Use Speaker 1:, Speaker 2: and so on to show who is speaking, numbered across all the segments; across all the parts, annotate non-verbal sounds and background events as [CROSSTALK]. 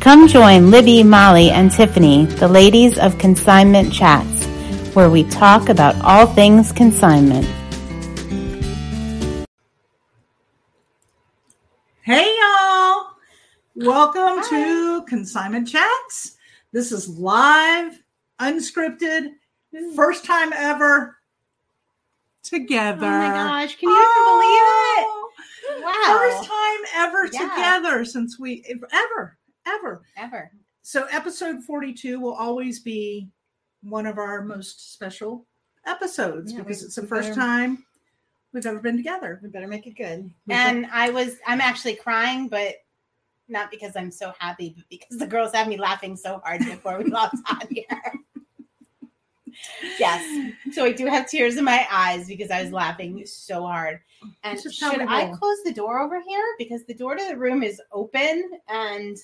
Speaker 1: Come join Libby, Molly, and Tiffany, the ladies of Consignment Chats, where we talk about all things consignment.
Speaker 2: Hey, y'all. Welcome to Consignment Chats. This is live, unscripted, first time ever together.
Speaker 3: Mm. Oh my gosh, can you
Speaker 2: Oh,
Speaker 3: even believe it? Wow.
Speaker 2: First time ever
Speaker 3: Yeah.
Speaker 2: together since we ever, ever.
Speaker 3: ever.
Speaker 2: So, episode 42 will always be one of our most special episodes
Speaker 3: Yeah,
Speaker 2: because
Speaker 3: we-
Speaker 2: it's the
Speaker 3: we
Speaker 2: first
Speaker 3: better-
Speaker 2: time we've ever been together.
Speaker 3: We better make it good.
Speaker 2: We
Speaker 3: And I was I'm actually crying, but not because I'm so happy, but because the girls had me laughing so hard before we [LAUGHS] lost on here. yes. So I do have tears in my eyes because I was laughing so hard. And
Speaker 2: It's just how
Speaker 3: should
Speaker 2: we
Speaker 3: I
Speaker 2: roll.
Speaker 3: close the door over here? Because the door to the room is open and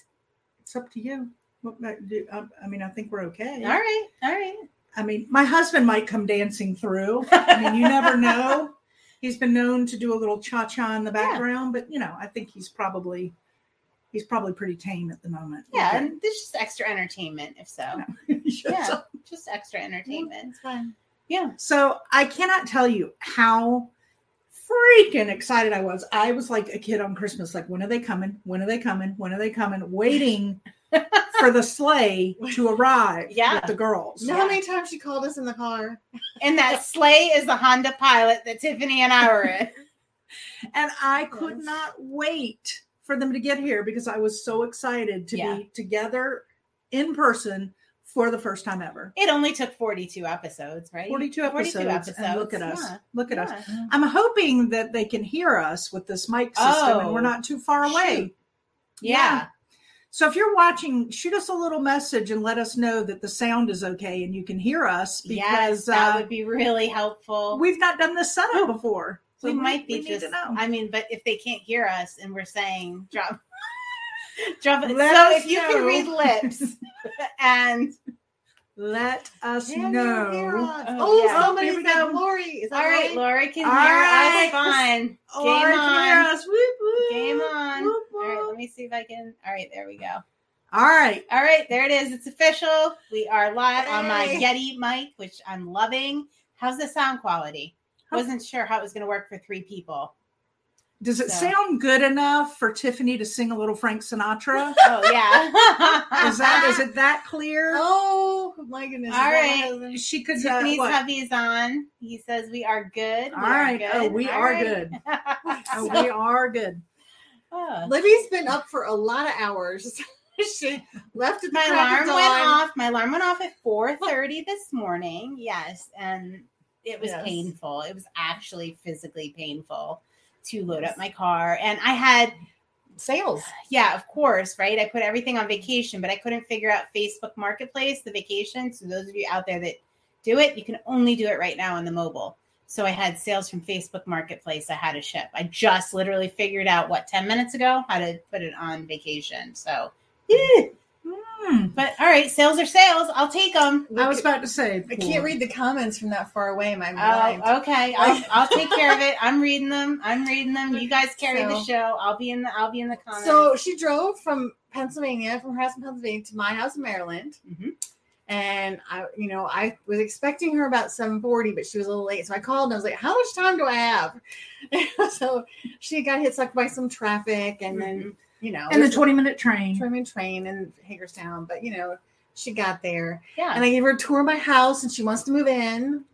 Speaker 2: It's up to you. What- what do- I I mean, I think we're okay.
Speaker 3: all right, all right.
Speaker 2: I mean, my husband might come dancing through. I mean, you
Speaker 3: [LAUGHS]
Speaker 2: never know. He's been known to do a little cha cha in the
Speaker 3: Yeah.
Speaker 2: background, but you know, I think he's probably he's probably pretty tame at the moment.
Speaker 3: Yeah, and there's just extra entertainment, if so.
Speaker 2: [LAUGHS] yeah.
Speaker 3: Yeah, just extra entertainment.
Speaker 1: fun.
Speaker 3: Yeah.
Speaker 2: So I cannot tell you how freaking excited I was. I was like a kid on Christmas, like, when are they coming? When are they coming? When are they coming?
Speaker 3: [LAUGHS]
Speaker 2: Waiting for the sleigh to arrive
Speaker 3: Yeah.
Speaker 2: with the girls.
Speaker 4: You know how many times she called us in the car?
Speaker 3: And that sleigh is the Honda Pilot that Tiffany and I were in.
Speaker 2: and I could
Speaker 4: Yes.
Speaker 2: not wait for them to get here because I was so excited to
Speaker 3: Yeah.
Speaker 2: be together in person for the first time ever.
Speaker 3: It only took 42 episodes, right?
Speaker 2: 42 episodes, and look at us.
Speaker 3: Yeah.
Speaker 2: Look at us.
Speaker 3: Yeah.
Speaker 2: I'm hoping that they can hear us with this mic system and we're
Speaker 3: Oh,
Speaker 2: not too far away.
Speaker 3: Yeah.
Speaker 2: So if you're watching, shoot us a little message and let us know that the sound is okay and you can hear us
Speaker 3: yes,
Speaker 2: because
Speaker 3: that
Speaker 2: uh,
Speaker 3: would be really helpful.
Speaker 2: we've not done this setup before. So
Speaker 3: we might be
Speaker 2: we
Speaker 3: just,
Speaker 2: need to know.
Speaker 3: I mean, but if they can't hear us and we're saying drop, [LAUGHS] drop it.
Speaker 2: Let
Speaker 3: so
Speaker 2: us
Speaker 3: if you
Speaker 2: know.
Speaker 3: can read lips [LAUGHS] and
Speaker 2: let us
Speaker 4: Can you
Speaker 2: know.
Speaker 4: hear us?
Speaker 3: Oh,
Speaker 4: Oh,
Speaker 3: yeah.
Speaker 4: somebody
Speaker 2: Here we
Speaker 4: said
Speaker 2: go.
Speaker 4: Lori. Is
Speaker 3: all
Speaker 4: that
Speaker 3: right,
Speaker 4: right?
Speaker 3: Laura can
Speaker 2: All
Speaker 3: hear
Speaker 2: right.
Speaker 3: us. Fine.
Speaker 2: Oh,
Speaker 3: Game
Speaker 2: Lord, can you hear
Speaker 3: on.
Speaker 2: us. Whoop, whoop. [LAUGHS]
Speaker 3: Game on.
Speaker 2: Whoop,
Speaker 3: All right,
Speaker 2: whoop.
Speaker 3: let me see if I can. All right, there we go.
Speaker 2: All right.
Speaker 3: All right, there it is. It's official. We are live on my
Speaker 4: Hey.
Speaker 3: Yeti mic, which I'm loving. How's the sound quality?
Speaker 2: Huh.
Speaker 3: Wasn't sure how it was going to work for three people.
Speaker 2: Does it
Speaker 3: So-
Speaker 2: sound good enough for Tiffany to sing a little Frank
Speaker 3: [LAUGHS]
Speaker 2: Sinatra?
Speaker 3: Oh yeah.
Speaker 2: [LAUGHS] Is that is it that clear?
Speaker 4: Oh my
Speaker 3: [LAUGHS]
Speaker 4: goodness.
Speaker 3: All right.
Speaker 2: She could. Uh,
Speaker 3: Tiffany's
Speaker 2: what?
Speaker 3: hubby is on. He says we are good. We
Speaker 2: All
Speaker 3: are
Speaker 2: right.
Speaker 3: good.
Speaker 2: Oh, we
Speaker 3: All
Speaker 2: are
Speaker 3: right.
Speaker 2: good.
Speaker 3: [LAUGHS]
Speaker 2: Oh,
Speaker 3: So-
Speaker 2: we are good.
Speaker 3: Oh.
Speaker 4: Libby's been up for a lot of hours. [LAUGHS] she left at the
Speaker 3: my
Speaker 4: crack
Speaker 3: alarm
Speaker 4: of
Speaker 3: went
Speaker 4: dawn.
Speaker 3: off. My alarm went off at 4:30 this morning. Yes, and it was
Speaker 4: Yes.
Speaker 3: painful. It was actually physically painful to load up my car, and I had
Speaker 4: Sales.
Speaker 3: yeah, of course, right? I put everything on vacation, but I couldn't figure out Facebook Marketplace, the vacation. So those of you out there that do it, you can only do it right now on the mobile. So I had sales from Facebook Marketplace. I had to ship. I just literally figured out what 10 minutes ago how to put it on vacation. So, yeah.
Speaker 2: Hmm.
Speaker 3: but all right, sales are sales. I'll take them.
Speaker 4: We
Speaker 2: I was
Speaker 4: could-
Speaker 2: about to say.
Speaker 4: I can't read the comments from that far away. My mind.
Speaker 3: Oh, okay.
Speaker 4: [LAUGHS]
Speaker 3: I'll, I'll take care of it. I'm reading them. I'm reading them. You guys carry the
Speaker 4: So-
Speaker 3: show. I'll be in the I'll be in the comments.
Speaker 4: So she drove from Pennsylvania, from her house in Pennsylvania to my house in Maryland.
Speaker 3: Mhm.
Speaker 4: And I, you know, I was expecting her about 7:40, but she was a little late. So I called and I was like, How much time do I have? [LAUGHS] so she got hit sucked by some traffic and
Speaker 3: Mm-hmm.
Speaker 4: then, you know,
Speaker 2: And the
Speaker 4: there's a
Speaker 2: 20 minute train.
Speaker 4: train and train in Hagerstown, but you know, she got there.
Speaker 3: yeah.
Speaker 4: And I gave her a tour of my house and she wants to move in.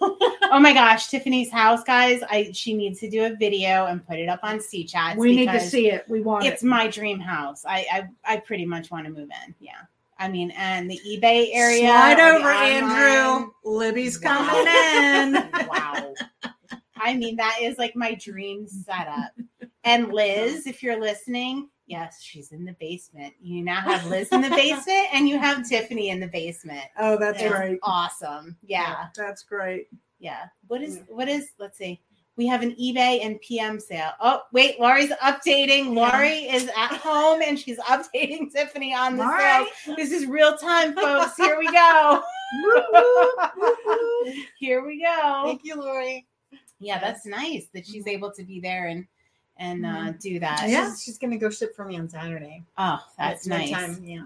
Speaker 3: Oh my gosh, Tiffany's house, guys! I she needs to do a video and put it up on C Chats.
Speaker 2: We need to see it. We want
Speaker 3: It's
Speaker 2: it.
Speaker 3: my dream house. I I, I pretty much want to move in. Yeah, I mean, and the eBay area.
Speaker 2: Slide
Speaker 3: or the
Speaker 2: over, Andrew.
Speaker 3: online-
Speaker 2: Libby's
Speaker 3: Wow.
Speaker 2: coming in.
Speaker 3: [LAUGHS] Wow. I mean, that is like my dream setup. And Liz, if you're listening, yes, she's in the basement. You now have Liz
Speaker 2: [LAUGHS]
Speaker 3: in the basement, and you have Tiffany in the basement.
Speaker 2: Oh, that's
Speaker 3: It's
Speaker 2: great.
Speaker 3: Awesome. yeah.
Speaker 2: That's great.
Speaker 3: Yeah. What is
Speaker 4: Mm.
Speaker 3: what is let's see. We have an eBay and PM sale. Oh, wait, Laurie's updating. Laurie is at home and she's updating [LAUGHS] Tiffany on the
Speaker 2: All
Speaker 3: sale.
Speaker 2: right.
Speaker 3: This is real time, folks. Here we go. [LAUGHS]
Speaker 2: Whoop, whoop, whoop, whoop.
Speaker 3: Here we go.
Speaker 4: Thank you, Lori.
Speaker 3: Yeah, that's nice that she's able to be there and and uh, do that.
Speaker 4: Mm-hmm. yeah. she's, she's gonna go ship for me on Saturday.
Speaker 3: Oh, that's
Speaker 4: At
Speaker 3: nice.
Speaker 4: bedtime, Yeah.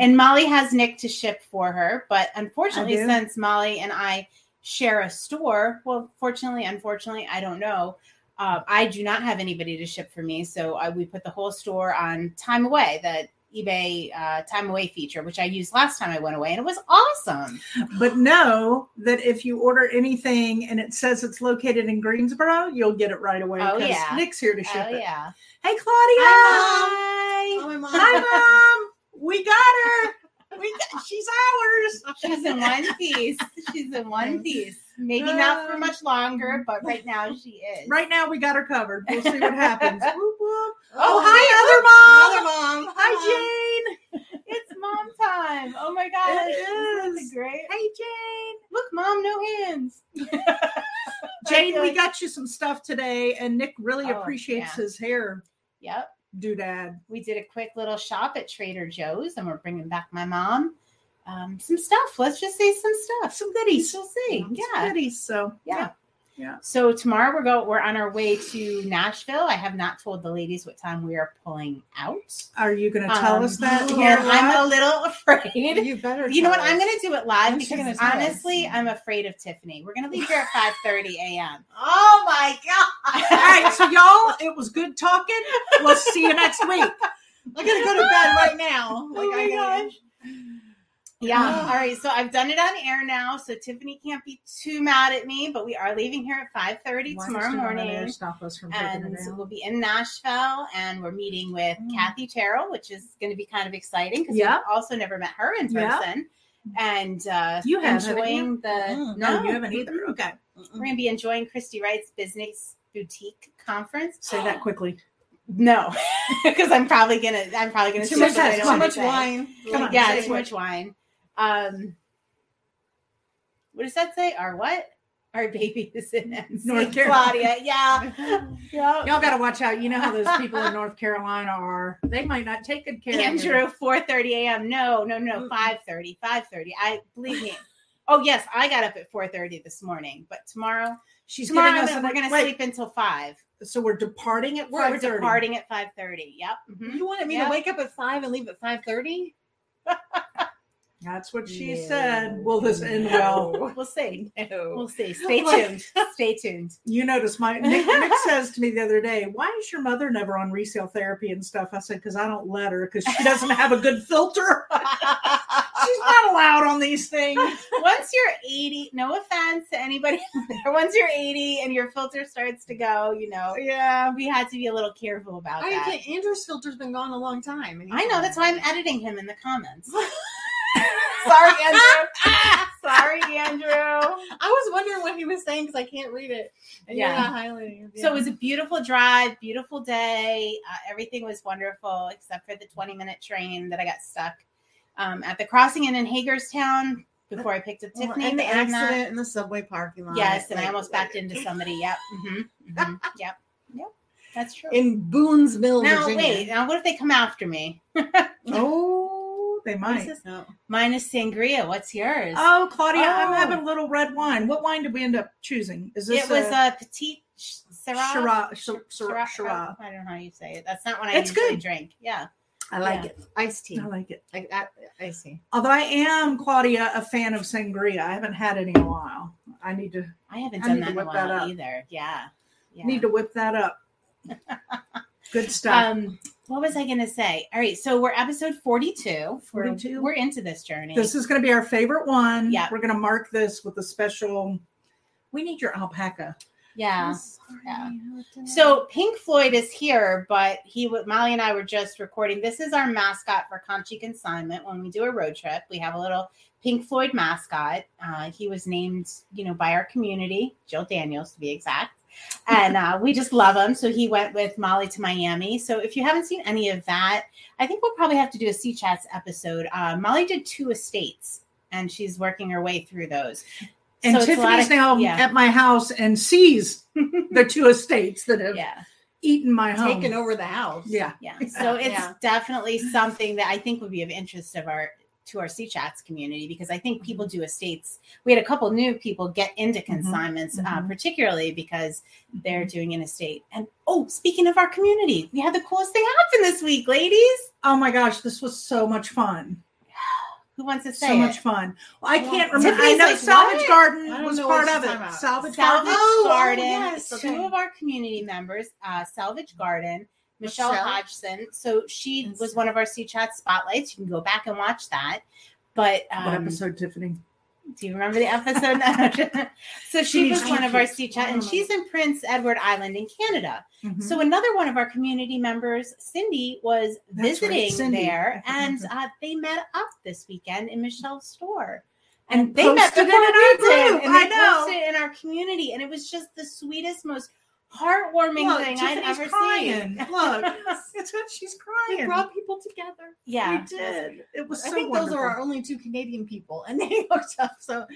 Speaker 3: And Molly has Nick to ship for her, but unfortunately,
Speaker 4: I do.
Speaker 3: since Molly and I share a store, well, fortunately, unfortunately, I don't know. Uh, I do not have anybody to ship for me, so I, we put the whole store on time away. The eBay uh, time away feature, which I used last time I went away, and it was
Speaker 2: [LAUGHS]
Speaker 3: awesome.
Speaker 2: But know that if you order anything and it says it's located in Greensboro, you'll get it right away.
Speaker 3: Oh,
Speaker 2: 'cause
Speaker 3: yeah.
Speaker 2: Nick's here to ship
Speaker 3: oh
Speaker 2: it.
Speaker 3: yeah!
Speaker 2: Hey, Claudia.
Speaker 4: Hi, Oh, my mom.
Speaker 2: Hi, mom. We got her. We got, she's ours.
Speaker 3: She's in one
Speaker 2: [LAUGHS]
Speaker 3: piece. She's in one piece. Maybe not for
Speaker 2: [LAUGHS]
Speaker 3: much longer, but right now she is.
Speaker 2: Um, Right now, we got her covered. We'll see what happens. Whoop, whoop. Oh, hi,
Speaker 4: hi, other mom.
Speaker 2: hi, Jane.
Speaker 3: It's mom time. Oh my gosh.
Speaker 2: It
Speaker 3: This
Speaker 2: is.
Speaker 3: is great.
Speaker 2: Hey, Jane.
Speaker 3: Look, mom, no hands.
Speaker 2: Jane, we
Speaker 3: Okay.
Speaker 2: got you some stuff today, and Nick really
Speaker 3: Oh,
Speaker 2: appreciates
Speaker 3: yeah.
Speaker 2: his hair
Speaker 3: Yep.
Speaker 2: doodad.
Speaker 3: We did a quick little shop at Trader Joe's and we're bringing back my mom. Um, some stuff. Let's just say some stuff.
Speaker 2: Some goodies.
Speaker 3: She'll see.
Speaker 2: Some
Speaker 3: Yeah.
Speaker 2: goodies. So,
Speaker 3: Yeah.
Speaker 2: Yeah.
Speaker 3: So tomorrow we're go we're on our way to Nashville. I have not told the ladies what time we are pulling out.
Speaker 2: Are you going to tell
Speaker 3: Um,
Speaker 2: us that?
Speaker 4: oh,
Speaker 2: here
Speaker 3: Yeah, I'm a
Speaker 2: live?
Speaker 3: little afraid.
Speaker 4: You better.
Speaker 3: [LAUGHS] You know what?
Speaker 4: tell
Speaker 3: I'm
Speaker 4: us.
Speaker 3: gonna do it live
Speaker 4: When's she
Speaker 3: because
Speaker 4: gonna tell us?
Speaker 3: honestly, I'm afraid of Tiffany. We're gonna leave here
Speaker 4: [LAUGHS]
Speaker 3: at 5 30 a.m.
Speaker 4: Oh my
Speaker 3: [LAUGHS]
Speaker 2: [LAUGHS]
Speaker 4: god!
Speaker 2: All right. So, y'all, it was good talking. We'll see you next
Speaker 3: [LAUGHS]
Speaker 2: week.
Speaker 4: I gotta go to bed right now. Like,
Speaker 3: Oh my
Speaker 4: I gotta-
Speaker 3: Yeah. [GASPS] All right. So I've done it on air now. So Tiffany can't be too mad at me, but we are leaving here at 5.30
Speaker 2: Why
Speaker 3: tomorrow
Speaker 2: does no one
Speaker 3: morning.
Speaker 2: ever Stop us from taking
Speaker 3: And
Speaker 2: it down?
Speaker 3: we'll be in Nashville and we're meeting with
Speaker 2: Mm.
Speaker 3: Kathy Terrell, which is going to be kind of exciting because
Speaker 2: Yeah.
Speaker 3: we've also never met her in
Speaker 2: Yeah.
Speaker 3: person. And uh,
Speaker 2: You have, haven't
Speaker 3: enjoying the.
Speaker 4: Mm.
Speaker 2: No, you haven't either. Okay.
Speaker 3: We're going to be enjoying Christy Wright's Business Boutique Conference.
Speaker 2: Say that
Speaker 3: [LAUGHS]
Speaker 2: quickly.
Speaker 3: No, because I'm probably gonna. I'm probably gonna.
Speaker 2: Too
Speaker 3: slip
Speaker 2: much-
Speaker 3: it right
Speaker 2: too
Speaker 3: away.
Speaker 2: much Come on,
Speaker 3: yeah,
Speaker 2: say
Speaker 3: too
Speaker 2: what-
Speaker 3: much wine. Um, what does that say? Our what? Our baby is in MC.
Speaker 2: North Carolina. [LAUGHS]
Speaker 3: Claudia. Yeah. yeah.
Speaker 2: Y'all got to watch out. You know how those people in North Carolina are. They might not take good care of
Speaker 3: Andrew, 4:30 a.m. No, no, no,
Speaker 2: Mm-mm.
Speaker 3: 5:30, 5:30. I believe me. Oh yes, I got up at 4:30 this morning, but tomorrow,
Speaker 2: She's
Speaker 3: tomorrow
Speaker 2: giving
Speaker 3: I'm
Speaker 2: us
Speaker 3: gonna-
Speaker 2: an-
Speaker 3: we're gonna
Speaker 2: wait,
Speaker 3: sleep until five.
Speaker 2: So we're departing at
Speaker 3: We're
Speaker 2: 5:30.
Speaker 3: departing at 5:30. Yep. mhm.
Speaker 4: You wanted me
Speaker 3: Yeah.
Speaker 4: to wake up at five and leave at five thirty?
Speaker 2: That's what she
Speaker 4: No.
Speaker 2: said. Will this end
Speaker 3: [LAUGHS]
Speaker 2: well?
Speaker 3: We'll see.
Speaker 4: No.
Speaker 3: We'll
Speaker 2: [LAUGHS]
Speaker 3: see. Stay
Speaker 4: What?
Speaker 3: tuned. Stay tuned.
Speaker 2: You notice
Speaker 3: [LAUGHS]
Speaker 2: my Nick, Nick says to me the other day, "Why is your mother never on resale therapy and stuff?" I said, "Because I don't let her. Because she doesn't have a good filter. [LAUGHS] She's not allowed on these things."
Speaker 3: once you're 80, no offense to anybody, [LAUGHS] out there, once you're 80 and your filter starts to go, you know,
Speaker 2: Yeah.
Speaker 3: we had to be a little careful about
Speaker 4: I
Speaker 3: that.
Speaker 4: get Andrew's filter's been gone a long time. and he's
Speaker 3: I know,
Speaker 4: gone.
Speaker 3: that's why I'm editing him in the
Speaker 4: [LAUGHS]
Speaker 3: comments. Sorry, Andrew. Sorry, Andrew.
Speaker 4: I was wondering what he was saying because I can't read it. And
Speaker 3: Yeah.
Speaker 4: you're not highlighting it.
Speaker 3: So it was a beautiful drive, beautiful day. Uh, everything was wonderful except for the 20 minute train that I got stuck um, at the crossing Inn in Hagerstown before I picked up
Speaker 4: Well,
Speaker 3: Tiffany.
Speaker 4: Oh, and the
Speaker 3: I'm not-
Speaker 4: accident in the subway parking lot.
Speaker 3: Yes, and I
Speaker 4: like-
Speaker 3: almost
Speaker 2: [LAUGHS]
Speaker 3: backed into somebody. Yep. hmm Yep. Yep. That's true.
Speaker 4: in Boonesville,
Speaker 3: now
Speaker 4: Virginia.
Speaker 3: wait. Now what if they come after me?
Speaker 2: Oh, they might.
Speaker 3: This is-
Speaker 4: No.
Speaker 3: Mine is sangria. What's yours?
Speaker 2: Oh, Claudia, I'm
Speaker 3: Oh.
Speaker 2: having a little red wine. What wine did we end up choosing? Is this
Speaker 3: it was a, petite sh- Syrah.
Speaker 2: Shiraz?
Speaker 3: Sh-
Speaker 2: Shir- Shir- Shiraz.
Speaker 3: Oh, I don't know how you say it. That's not what I
Speaker 2: It's
Speaker 3: usually
Speaker 2: good.
Speaker 3: drink. Yeah.
Speaker 4: I like
Speaker 3: Yeah.
Speaker 4: it. Iced
Speaker 3: uh,
Speaker 4: tea.
Speaker 2: I like it.
Speaker 4: I, I, I see.
Speaker 2: Although I am Claudia, a fan of sangria. I haven't had any in a while. I need to
Speaker 3: I haven't
Speaker 2: I
Speaker 3: done
Speaker 2: need
Speaker 3: that
Speaker 2: to
Speaker 3: in a
Speaker 2: whip that
Speaker 3: while
Speaker 2: up.
Speaker 3: either. Yeah. Yeah.
Speaker 2: need to whip that
Speaker 3: [LAUGHS]
Speaker 2: up. Good stuff.
Speaker 3: um, what was I going to say? All right. So we're episode 42. We're,
Speaker 2: 42?
Speaker 3: We're into this journey.
Speaker 2: this is going to be our favorite one.
Speaker 3: Yeah.
Speaker 2: We're going to mark this with a special. We need your alpaca.
Speaker 3: yeah.
Speaker 4: I'm sorry.
Speaker 3: Yeah.
Speaker 4: What
Speaker 3: So Pink Floyd is here, but he wa- Molly and I were just recording. This is our mascot for Conchi Consignment. When we do a road trip, we have a little Pink Floyd mascot. Uh, he was named, you know, by our community, Jill Daniels to be exact, and uh, we just love him. So he went with Molly to Miami. So if you haven't seen any of that, I think we'll probably have to do a Sea Chats episode. Uh, Molly did two estates, and she's working her way through those.
Speaker 2: And
Speaker 3: So it's a lot
Speaker 2: Tiffany's
Speaker 3: of-
Speaker 2: now
Speaker 3: yeah.
Speaker 2: at my house and
Speaker 3: [LAUGHS]
Speaker 2: sees the two estates that have
Speaker 3: Yeah.
Speaker 2: eaten my home.
Speaker 4: Taking over the house.
Speaker 2: Yeah.
Speaker 4: [LAUGHS]
Speaker 3: Yeah. [LAUGHS] So it's
Speaker 4: Yeah.
Speaker 3: definitely something that I think would be of interest of our to our C Chats community because I think people
Speaker 4: Mm-hmm.
Speaker 3: do estates. We had a couple new people get into consignments, uh,
Speaker 4: Mm-hmm.
Speaker 2: Mhm.
Speaker 3: particularly because they're doing an estate. And oh, speaking of our community, we had the coolest thing happen this week, ladies.
Speaker 2: Oh my gosh, this was so much fun.
Speaker 3: Who wants to say
Speaker 2: So
Speaker 3: it?
Speaker 2: much fun. Well, I
Speaker 4: Well,
Speaker 2: can't remember. I
Speaker 3: Tiffany's
Speaker 2: know
Speaker 3: like,
Speaker 2: Salvage
Speaker 3: what?
Speaker 4: I
Speaker 2: Garden
Speaker 4: don't
Speaker 2: was
Speaker 4: know
Speaker 2: part
Speaker 4: what
Speaker 2: of
Speaker 4: she's
Speaker 2: it.
Speaker 4: talking about.
Speaker 2: Salvage
Speaker 3: Salvage
Speaker 2: Garden.
Speaker 4: Oh, oh,
Speaker 3: Garden.
Speaker 4: yes, okay.
Speaker 3: Two of our community members, uh, Salvage Garden, Michelle,
Speaker 4: Michelle.
Speaker 3: Hodgson. So she
Speaker 4: And
Speaker 3: was one of our C Chat spotlights. You can go back and watch that. But
Speaker 2: what
Speaker 3: um,
Speaker 2: episode, Tiffany?
Speaker 3: do you remember the
Speaker 2: [LAUGHS]
Speaker 3: episode? [LAUGHS] No. so she
Speaker 2: She
Speaker 3: was
Speaker 2: was
Speaker 3: one of our
Speaker 4: cute.
Speaker 3: C Chat, and
Speaker 4: Oh.
Speaker 3: she's in Prince Edward Island in Canada.
Speaker 2: Mm-hmm.
Speaker 3: So another one of our community members, Cindy, was
Speaker 2: That's right,
Speaker 3: visiting
Speaker 2: Cindy.
Speaker 3: there,
Speaker 2: I
Speaker 3: and
Speaker 2: remember.
Speaker 3: uh, they met up this weekend in Michelle's store.
Speaker 2: And
Speaker 3: And they met
Speaker 2: posted
Speaker 3: before
Speaker 2: it in our
Speaker 3: we did,
Speaker 2: group.
Speaker 3: and they
Speaker 2: I know.
Speaker 3: posted it in our community, and it was just the sweetest, most heartwarming
Speaker 2: Look,
Speaker 3: thing I'd
Speaker 2: Tiffany's
Speaker 3: ever
Speaker 2: crying. [LAUGHS]
Speaker 3: seen. [LAUGHS]
Speaker 2: Look, it's what she's
Speaker 4: We
Speaker 2: crying.
Speaker 4: brought people together.
Speaker 3: Yeah,
Speaker 2: We did. It was so
Speaker 4: I think
Speaker 2: wonderful.
Speaker 4: those are our only two Canadian people, and they
Speaker 2: [LAUGHS]
Speaker 4: hooked up. So,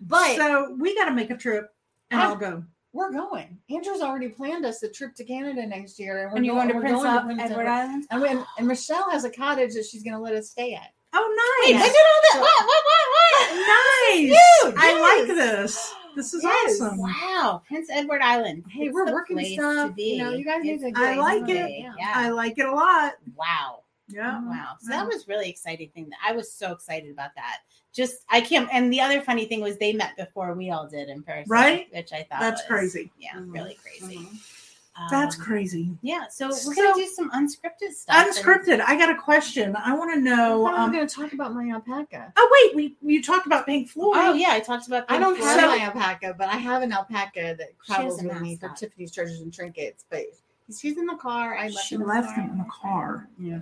Speaker 4: but
Speaker 2: so we got to make a trip, and
Speaker 4: Huh?
Speaker 2: I'll go.
Speaker 4: we're going. Andrew's already planned us a trip to Canada next year, and we're
Speaker 3: when you're
Speaker 4: going,
Speaker 3: going to
Speaker 4: we're
Speaker 3: Prince
Speaker 4: going to
Speaker 3: Al-
Speaker 4: Prince
Speaker 3: Edward
Speaker 4: Edward.
Speaker 3: Island.
Speaker 4: And, we, and Michelle has a cottage that she's going to let us stay at.
Speaker 2: Oh,
Speaker 3: Wait,
Speaker 2: nice!
Speaker 3: I did all that. What? What? What? What?
Speaker 2: [LAUGHS] Nice.
Speaker 4: Dude,
Speaker 2: I
Speaker 4: yes.
Speaker 2: like this. This is
Speaker 4: Yes.
Speaker 2: awesome.
Speaker 3: Wow, Prince Edward Island.
Speaker 4: Hey,
Speaker 3: It's
Speaker 4: we're
Speaker 3: the
Speaker 4: working
Speaker 3: place
Speaker 4: stuff,
Speaker 3: be.
Speaker 4: you know, you guys need
Speaker 3: It's
Speaker 4: to
Speaker 3: the
Speaker 4: get
Speaker 2: I like
Speaker 3: place to
Speaker 2: it.
Speaker 3: be.
Speaker 4: Yeah.
Speaker 3: Yeah.
Speaker 2: I like it a lot.
Speaker 3: Wow.
Speaker 2: Yeah.
Speaker 4: Oh,
Speaker 3: Wow. So
Speaker 2: Mhm.
Speaker 3: that was really exciting thing. I was so excited about that. Just I can't and the other funny thing was they met before we all did in person.
Speaker 2: Right?
Speaker 3: Which I thought
Speaker 2: That's
Speaker 3: was-
Speaker 2: crazy.
Speaker 3: Yeah,
Speaker 4: Mhm.
Speaker 3: really crazy.
Speaker 2: That's
Speaker 3: Um,
Speaker 2: crazy.
Speaker 3: Yeah. So we're gonna
Speaker 2: So-
Speaker 3: do some unscripted stuff. and-
Speaker 2: Unscripted. I got a question. I want to know.
Speaker 4: Oh, I'm
Speaker 2: Um,
Speaker 4: going to talk about my alpaca.
Speaker 2: oh wait, we you talked about Pink Floyd.
Speaker 3: Oh yeah, I talked about
Speaker 4: I don't
Speaker 3: Pink
Speaker 4: have
Speaker 2: So-
Speaker 3: Floyd.
Speaker 4: my alpaca, but I have an alpaca that
Speaker 3: She has
Speaker 4: travels
Speaker 3: a
Speaker 4: with me for
Speaker 3: mascot.
Speaker 4: Tiffany's treasures and trinkets. But she's in the car. I left
Speaker 2: she
Speaker 4: her in the
Speaker 2: left
Speaker 4: car.
Speaker 2: him in the car.
Speaker 3: Yeah.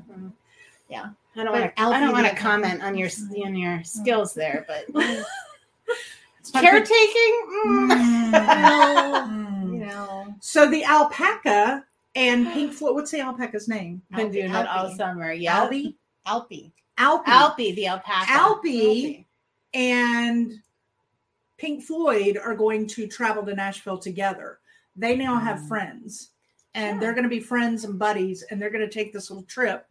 Speaker 4: Yeah.
Speaker 3: I don't
Speaker 4: But
Speaker 3: want to. I don't
Speaker 4: Alfie
Speaker 3: want to
Speaker 4: did.
Speaker 3: comment
Speaker 4: [LAUGHS]
Speaker 3: on your on your skills there, but
Speaker 2: It's not good.
Speaker 3: [LAUGHS]
Speaker 4: [LAUGHS]
Speaker 3: caretaking. Mm.
Speaker 4: Well, [LAUGHS] you
Speaker 2: Mm.
Speaker 4: know,
Speaker 2: so the alpaca and Pink Floyd. What's the alpaca's name?
Speaker 3: Been doing it all
Speaker 4: Alfie.
Speaker 3: summer. Yeah.
Speaker 2: Albie.
Speaker 4: Alpi.
Speaker 2: Alpie.
Speaker 3: Alpie the alpaca.
Speaker 2: Alpie and Pink Floyd are going to travel to Nashville together. They now have
Speaker 3: Mm.
Speaker 2: friends and
Speaker 3: Yeah.
Speaker 2: they're going to be friends and buddies and they're going to take this little trip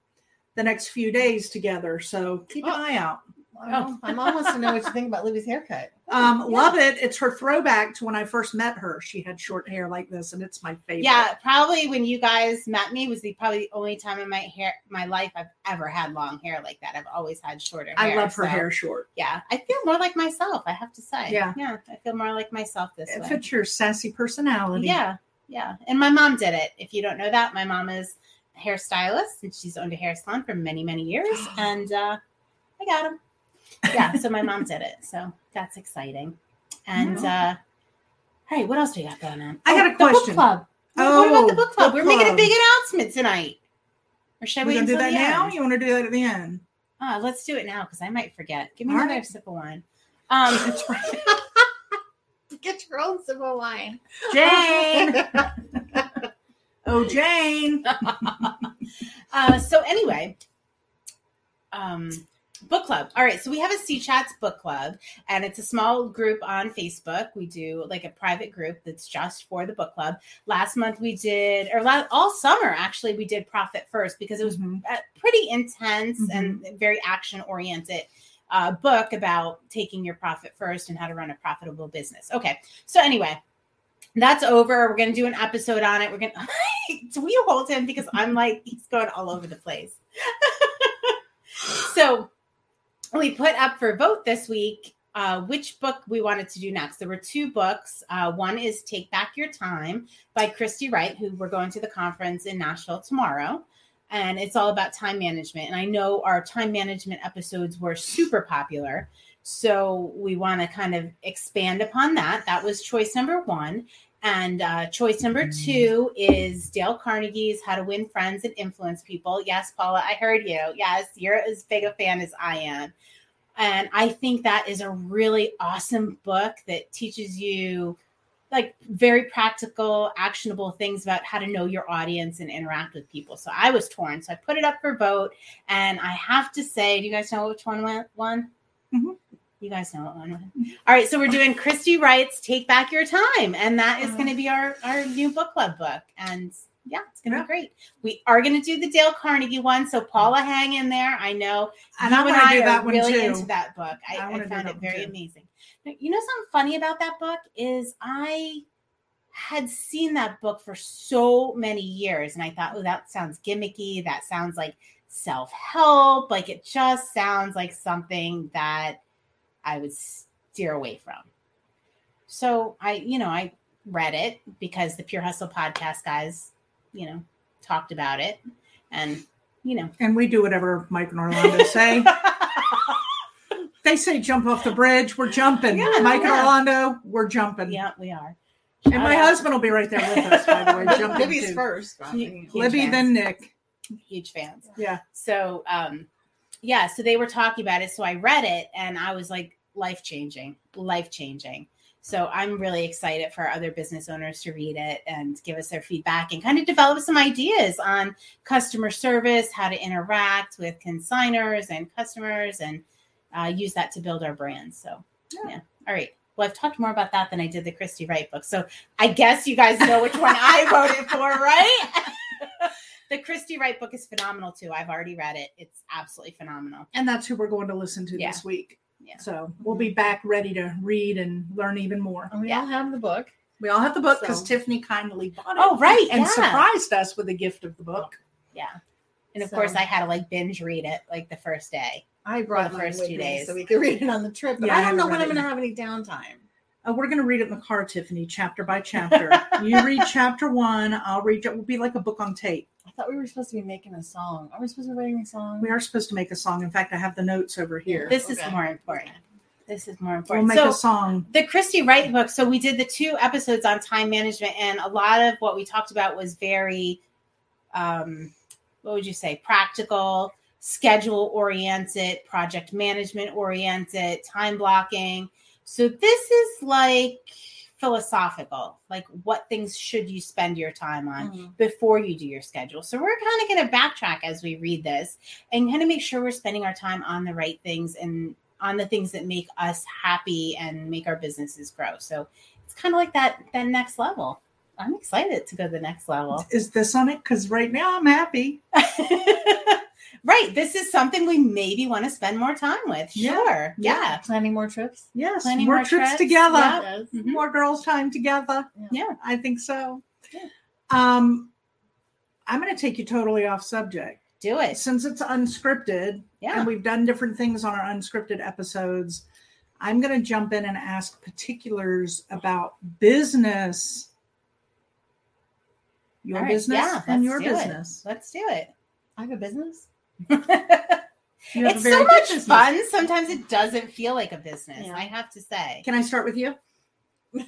Speaker 2: the next few days together. So keep an
Speaker 4: Oh.
Speaker 2: eye out.
Speaker 4: Oh, my mom wants to know what you think about Libby's haircut.
Speaker 2: Um, Love it. It's her throwback to when I first met her. She had short hair like this and it's my favorite.
Speaker 3: Yeah, probably when you guys met me was the probably the only time in my hair my life I've ever had long hair like that. I've always had shorter
Speaker 2: I
Speaker 3: hair.
Speaker 2: love her
Speaker 3: so,
Speaker 2: hair short.
Speaker 3: Yeah. I feel more like myself, I have to say.
Speaker 2: Yeah.
Speaker 3: Yeah. I feel more like myself this
Speaker 4: Uh,
Speaker 2: It
Speaker 3: way.
Speaker 2: fits your sassy personality.
Speaker 3: Yeah. Yeah. And my mom did it. If you don't know that, my mom is a hairstylist and she's owned a hair salon for many, many years.
Speaker 2: [GASPS]
Speaker 3: and uh I got him. Yeah, so my mom did it. So that's exciting. And uh all right, what else do we got going on?
Speaker 2: I got a
Speaker 3: the book
Speaker 2: question.
Speaker 3: club. Oh, what about the
Speaker 2: Oh,
Speaker 3: book club?
Speaker 2: book
Speaker 3: We're making a
Speaker 2: club.
Speaker 3: big announcement tonight. Or should I
Speaker 2: We
Speaker 3: wait
Speaker 2: gonna
Speaker 3: until
Speaker 2: do that
Speaker 3: the
Speaker 2: now?
Speaker 3: end?
Speaker 2: You want to do that at the end?
Speaker 3: Oh, let's do it now because I might forget. Give me
Speaker 2: All
Speaker 3: another
Speaker 2: right.
Speaker 3: sip of wine. Um, [LAUGHS]
Speaker 4: Get your own sip of wine.
Speaker 2: Jane. [LAUGHS] oh,
Speaker 3: [LAUGHS]
Speaker 2: Jane.
Speaker 3: uh, so anyway, um, book club. All right, so we have a Sea Chats book club, and it's a small group on Facebook. We do like a private group that's just for the book club. Last month we did, or la- all summer actually, we did Profit First because it was a pretty intense and very action oriented uh, book about taking your profit first and how to run a profitable business. Okay. So, anyway, that's over. We're going to do an episode on it. We're [LAUGHS] going to, will you hold him? Because I'm like, he's going all over the place. [LAUGHS] so, we put up for vote this week. Uh, which book we wanted to do next. There were two books. Uh, one is Take Back Your Time by Christy Wright, who we're going to the conference in Nashville tomorrow and it's all about time management. And I know our time management episodes were super popular. So we want to kind of expand upon that. That was choice number one. And uh, choice number two is Dale Carnegie's How to Win Friends and Influence People. Yes, Paula, I heard you. Yes, you're as big a fan as I am. And I think that is a really awesome book that teaches you like very practical, actionable things about how to know your audience and interact with people. So I was torn. So I put it up for vote. And I have to say, do you guys know which one went one?
Speaker 2: Mhm.
Speaker 3: You guys know what one went. All right. So we're doing Christy Wright's Take Back Your Time. And that is
Speaker 4: Uh-huh.
Speaker 3: going to be our, our new book club book. And yeah, it's gonna
Speaker 2: Yeah.
Speaker 3: be great. We are gonna do the Dale Carnegie one, so Paula, hang in there. I know
Speaker 2: And I'm
Speaker 3: you
Speaker 2: going
Speaker 3: and
Speaker 2: to
Speaker 3: I
Speaker 2: do
Speaker 3: are
Speaker 2: that one
Speaker 3: really
Speaker 2: too.
Speaker 3: into that book. I,
Speaker 2: I
Speaker 3: I,
Speaker 2: wanna do
Speaker 3: found
Speaker 2: that one,
Speaker 3: it very
Speaker 2: too.
Speaker 3: amazing. Now, You know something funny about that book is I had seen that book for so many years, and I thought, oh, that sounds gimmicky. That sounds like self help. Like it just sounds like something that I would steer away from. So I, you know, I read it because the Pure Hustle podcast guys, you know, talked about it. And, you know,
Speaker 2: And we do whatever Mike and Orlando [LAUGHS] say. they say jump off the bridge. We're jumping.
Speaker 3: Yeah,
Speaker 2: Mike
Speaker 3: yeah.
Speaker 2: and Orlando, we're jumping.
Speaker 3: yeah, we are.
Speaker 2: And my
Speaker 3: Shout out.
Speaker 2: husband will be right there with us, by [LAUGHS] the way. jumping
Speaker 4: Libby's
Speaker 2: too.
Speaker 4: first. but,
Speaker 3: You-
Speaker 4: you know.
Speaker 3: Huge
Speaker 2: Libby,
Speaker 3: fans.
Speaker 2: then Nick.
Speaker 3: huge fans.
Speaker 2: Yeah.
Speaker 3: So um yeah, so they were talking about it. So I read it and I was like life changing, life changing. So I'm really excited for other business owners to read it and give us their feedback and kind of develop some ideas on customer service, how to interact with consigners and customers and uh, use that to build our brand. So yeah. All right. Well, I've talked more about that than I did the Christy Wright book. So I guess you guys know which one I [LAUGHS] voted for, right? The Christy Wright book is phenomenal too. I've already read it. It's absolutely phenomenal.
Speaker 2: And that's who we're going to listen to
Speaker 3: Yeah.
Speaker 2: this week.
Speaker 3: Yeah.
Speaker 2: So we'll be back ready to read and learn even more.
Speaker 4: And we
Speaker 3: Yeah.
Speaker 4: all have the book.
Speaker 2: We all have the book because
Speaker 4: So-
Speaker 2: Tiffany kindly bought it.
Speaker 3: Oh, right,
Speaker 2: And
Speaker 3: yeah.
Speaker 2: surprised us with the gift of the book.
Speaker 3: Yeah. And of
Speaker 4: So-
Speaker 3: course I had to like binge read it like the first day.
Speaker 4: I brought
Speaker 3: the
Speaker 4: mine
Speaker 3: first
Speaker 4: with
Speaker 3: few
Speaker 4: me
Speaker 3: days.
Speaker 4: so we could read it on the trip. But
Speaker 2: Yeah, I
Speaker 4: I don't know
Speaker 2: haven't
Speaker 4: when
Speaker 2: read
Speaker 4: I'm
Speaker 2: it
Speaker 4: going to
Speaker 2: yet.
Speaker 4: have any downtime.
Speaker 2: Uh, we're going to read it in the car, Tiffany, chapter by chapter. [LAUGHS] you read chapter one, I'll read it. We'll be like a book on tape.
Speaker 4: I thought we were supposed to be making a song. Are we supposed to be writing a song?
Speaker 2: We are supposed to make a song. In fact, I have the notes over here.
Speaker 3: This
Speaker 4: Okay.
Speaker 3: is more important. This is more
Speaker 2: We'll
Speaker 3: important.
Speaker 2: make
Speaker 3: so
Speaker 2: a song.
Speaker 3: the Christy Wright book. So we did the two episodes on time management, and a lot of what we talked about was very, um, what would you say, practical, schedule oriented, project management oriented, time blocking. So this is like philosophical, like what things should you spend your time on?
Speaker 4: Mhm.
Speaker 3: before you do your schedule. So we're kind of going to backtrack as we read this and kind of make sure we're spending our time on the right things and on the things that make us happy and make our businesses grow. So it's kind of like that that next level. I'm excited to go to the next level. [LAUGHS]
Speaker 2: Is this on it? Because right now I'm happy.
Speaker 3: right, this is something we maybe want to spend more time with.
Speaker 2: Yeah.
Speaker 3: Sure. Yeah.
Speaker 4: Planning more trips.
Speaker 2: Yes,
Speaker 3: Planning
Speaker 2: more
Speaker 3: more
Speaker 2: trips,
Speaker 3: trips.
Speaker 2: together.
Speaker 3: Yeah.
Speaker 4: Yes.
Speaker 3: Mhm.
Speaker 2: More girls' time together.
Speaker 4: Yeah.
Speaker 3: Yeah.
Speaker 2: I think so.
Speaker 3: Yeah.
Speaker 2: Um, I'm going to take you totally off subject.
Speaker 3: Do it.
Speaker 2: Since it's unscripted,
Speaker 3: Yeah.
Speaker 2: and we've done different things on our unscripted episodes. I'm going to jump in and ask particulars about business, your
Speaker 3: All right,
Speaker 2: business,
Speaker 3: yeah,
Speaker 2: and
Speaker 3: let's
Speaker 2: your
Speaker 3: do it.
Speaker 2: business.
Speaker 3: Let's do it.
Speaker 4: I have a business.
Speaker 2: You have a
Speaker 3: it's
Speaker 2: very
Speaker 3: so
Speaker 2: good
Speaker 3: much
Speaker 2: business.
Speaker 3: fun. Sometimes it doesn't feel like a business.
Speaker 4: Yeah.
Speaker 3: I have to say.
Speaker 2: Can I start with
Speaker 3: [LAUGHS]
Speaker 2: you?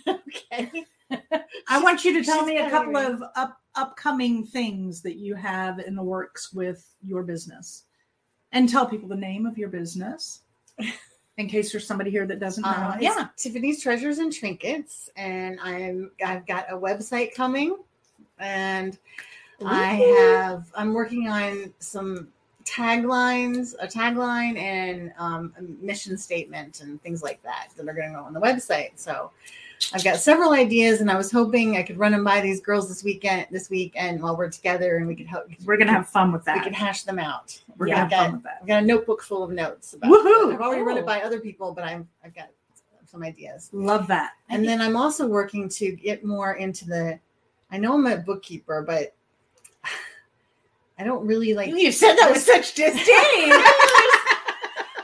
Speaker 4: Okay.
Speaker 2: I want you to tell
Speaker 4: she's
Speaker 2: me a
Speaker 4: got
Speaker 2: couple
Speaker 4: it.
Speaker 2: of up, upcoming things that you have in the works with your business, and tell people the name of your
Speaker 3: [LAUGHS]
Speaker 2: business, in case there's somebody here that doesn't know.
Speaker 4: Uh,
Speaker 2: it.
Speaker 4: yeah. Tiffany's Treasures and Trinkets, and I'm I've got a website coming, and I
Speaker 3: Ooh.
Speaker 4: have I'm working on some taglines, a tagline, and um, a mission statement, and things like that that are going to go on the website. So I've got several ideas, and I was hoping I could run them by these girls this weekend, this week, and while we're together, and we could help.
Speaker 2: We're gonna have fun with
Speaker 4: we
Speaker 2: that.
Speaker 4: could hash them out.
Speaker 2: We're
Speaker 4: I've
Speaker 2: gonna have
Speaker 4: got-
Speaker 2: fun with that.
Speaker 4: I've got a notebook full of notes about.
Speaker 2: Woohoo!
Speaker 4: I've already run it
Speaker 3: Cool.
Speaker 4: by other people, but I'm I've got some ideas.
Speaker 2: Love that.
Speaker 4: And then I'm also working to get more into the. I know I'm a bookkeeper, but [SIGHS] I don't really like.
Speaker 3: You said that with such disdain.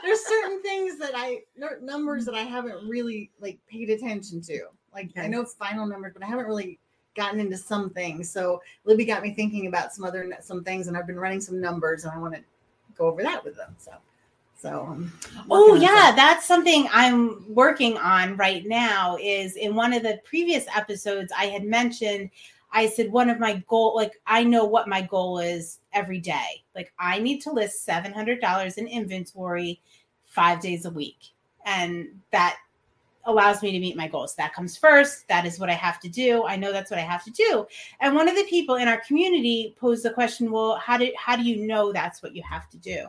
Speaker 4: There's certain things that I there are numbers that I haven't really like paid attention to. Like I
Speaker 2: Okay.
Speaker 4: know final numbers, but I haven't really gotten into some things. So Libby got me thinking about some other some things, and I've been running some numbers, and I want to go over that with them. So, so. Um,
Speaker 3: oh
Speaker 4: working on
Speaker 3: yeah, that's something I'm working on right now. Is in one of the previous episodes I had mentioned. I said one of my goal, like I know what my goal is every day. Like I need to list seven hundred dollars in inventory five days a week, and that allows me to meet my goals. That comes first. That is what I have to do. I know that's what I have to do. And one of the people in our community posed the question, well, how do how do you know that's what you have to do?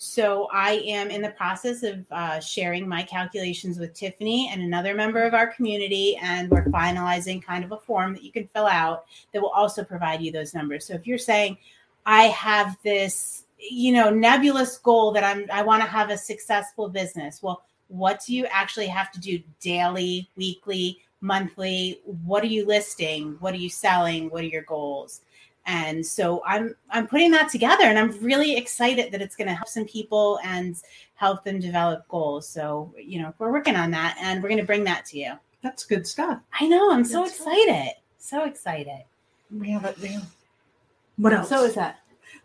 Speaker 3: So I am in the process of uh, sharing my calculations with Tiffany and another member of our community, and we're finalizing kind of a form that you can fill out that will also provide you those numbers. So if you're saying, I have this, you know, nebulous goal that I'm I want to have a successful business. Well, what do you actually have to do daily, weekly, monthly? What are you listing? What are you selling? What are your goals? and so i'm i'm putting that together and i'm really excited that it's going to help some people and help them develop goals so you know we're working on that and we're going to bring that to you
Speaker 2: [LAUGHS] That's good stuff.
Speaker 3: i know i'm so
Speaker 4: That's cool.
Speaker 3: excited so excited
Speaker 4: We have a we have,
Speaker 2: What else?
Speaker 3: so is that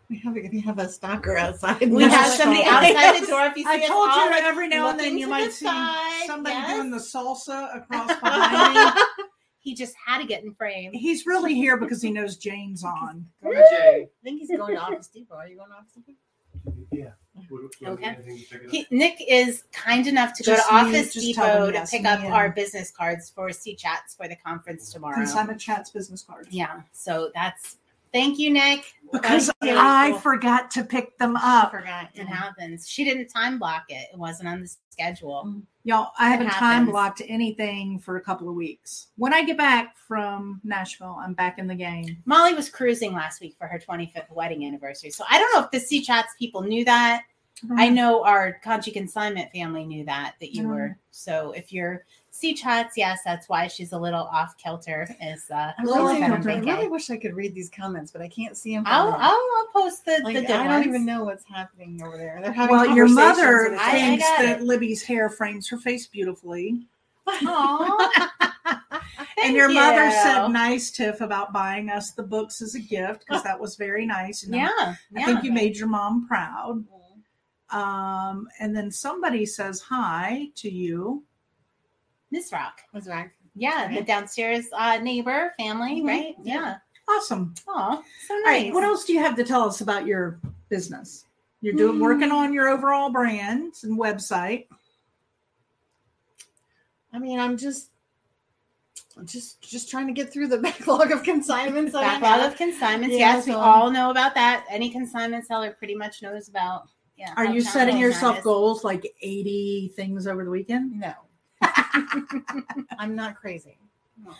Speaker 4: we have a, we have a stalker outside.
Speaker 3: we
Speaker 2: No,
Speaker 4: [LAUGHS]
Speaker 3: have
Speaker 2: it's
Speaker 3: somebody
Speaker 2: all
Speaker 4: outside.
Speaker 2: right.
Speaker 3: outside the door if you see
Speaker 2: I
Speaker 3: us
Speaker 2: told
Speaker 3: all,
Speaker 2: you
Speaker 3: like,
Speaker 2: every now and then
Speaker 3: looking
Speaker 2: you
Speaker 3: to
Speaker 2: might
Speaker 3: the
Speaker 2: see
Speaker 3: side,
Speaker 2: somebody
Speaker 3: yes.
Speaker 2: doing the salsa
Speaker 3: [LAUGHS]
Speaker 2: across behind me.
Speaker 3: he just had to get in frame i
Speaker 2: He's really here because he knows Jane's on.
Speaker 4: Go to Jay. I think he's going to Office Depot. Are you going to Office Depot?
Speaker 5: Yeah. Would- would
Speaker 3: Okay.
Speaker 5: anything to pick it up?
Speaker 3: He, Nick is kind enough to
Speaker 2: Just
Speaker 3: go to
Speaker 2: me-
Speaker 3: Office
Speaker 2: just tell them
Speaker 3: Depot to
Speaker 2: yes,
Speaker 3: pick
Speaker 2: me
Speaker 3: up
Speaker 2: and-
Speaker 3: our business cards for C Chats for the conference tomorrow.
Speaker 2: Consignment Chat's business card.
Speaker 3: Yeah. So that's thank you, Nick.
Speaker 2: Because
Speaker 3: That's really
Speaker 2: I
Speaker 3: cool.
Speaker 2: forgot to pick them
Speaker 3: I
Speaker 2: up.
Speaker 3: forgot it happens. She didn't time block it. It wasn't on the schedule.
Speaker 2: Y'all, I
Speaker 3: It
Speaker 2: haven't time
Speaker 3: happens.
Speaker 2: blocked anything for a couple of weeks. When I get back from Nashville, I'm back in the game.
Speaker 3: Molly was cruising last week for her 25th wedding anniversary. So I don't know if the Sea Chats people knew that. I
Speaker 2: Mm-hmm.
Speaker 3: know our Kanji consignment family knew that that you
Speaker 2: Mm.
Speaker 3: were. So if you're Sea Chats, yes, that's why she's a little off kilter. Is uh,
Speaker 4: I
Speaker 2: Well,
Speaker 4: really,
Speaker 2: I
Speaker 4: don't-
Speaker 2: don't
Speaker 4: I
Speaker 2: think
Speaker 4: really wish I could read these comments, but I can't see them.
Speaker 3: I'll, I'll I'll post the
Speaker 4: like,
Speaker 3: the good
Speaker 4: I don't
Speaker 3: ones.
Speaker 4: even know what's happening over there. They're having
Speaker 2: Well, your
Speaker 4: conversations
Speaker 2: mother
Speaker 4: and
Speaker 2: thinks
Speaker 3: I- I
Speaker 4: things.
Speaker 3: got
Speaker 2: that Libby's hair frames her face beautifully.
Speaker 3: [LAUGHS] Aw.
Speaker 2: and your mother said
Speaker 3: Thank you.
Speaker 2: nice, Tiff, about buying us the books as a gift because that was very nice. And I'm-
Speaker 3: yeah,
Speaker 2: I
Speaker 3: yeah. Mm-hmm.
Speaker 2: think you made your mom proud. Um, and then somebody says hi to you.
Speaker 3: Miss Rock.
Speaker 4: That's right.
Speaker 3: Yeah, the
Speaker 4: Right.
Speaker 3: downstairs uh, neighbor family,
Speaker 4: Mhm.
Speaker 3: right?
Speaker 4: Yeah.
Speaker 3: Yeah.
Speaker 2: Awesome.
Speaker 3: Oh, so
Speaker 2: All
Speaker 3: nice.
Speaker 2: right. What else do you have to tell us about your business? You're doing
Speaker 3: Hmm.
Speaker 2: working on your overall brand and website.
Speaker 4: I mean, I'm just, I'm just, just trying to get through the [LAUGHS] backlog of consignments. that I
Speaker 3: Backlog
Speaker 4: have.
Speaker 3: of consignments.
Speaker 4: Yeah,
Speaker 3: yes, we
Speaker 4: so-
Speaker 3: all know about that. Any consignment seller pretty much knows about. Yeah.
Speaker 2: Are
Speaker 3: how
Speaker 2: you setting
Speaker 3: challenging that
Speaker 2: yourself
Speaker 3: is.
Speaker 2: goals like 80 things over the weekend?
Speaker 4: No, [LAUGHS] I'm not crazy. No,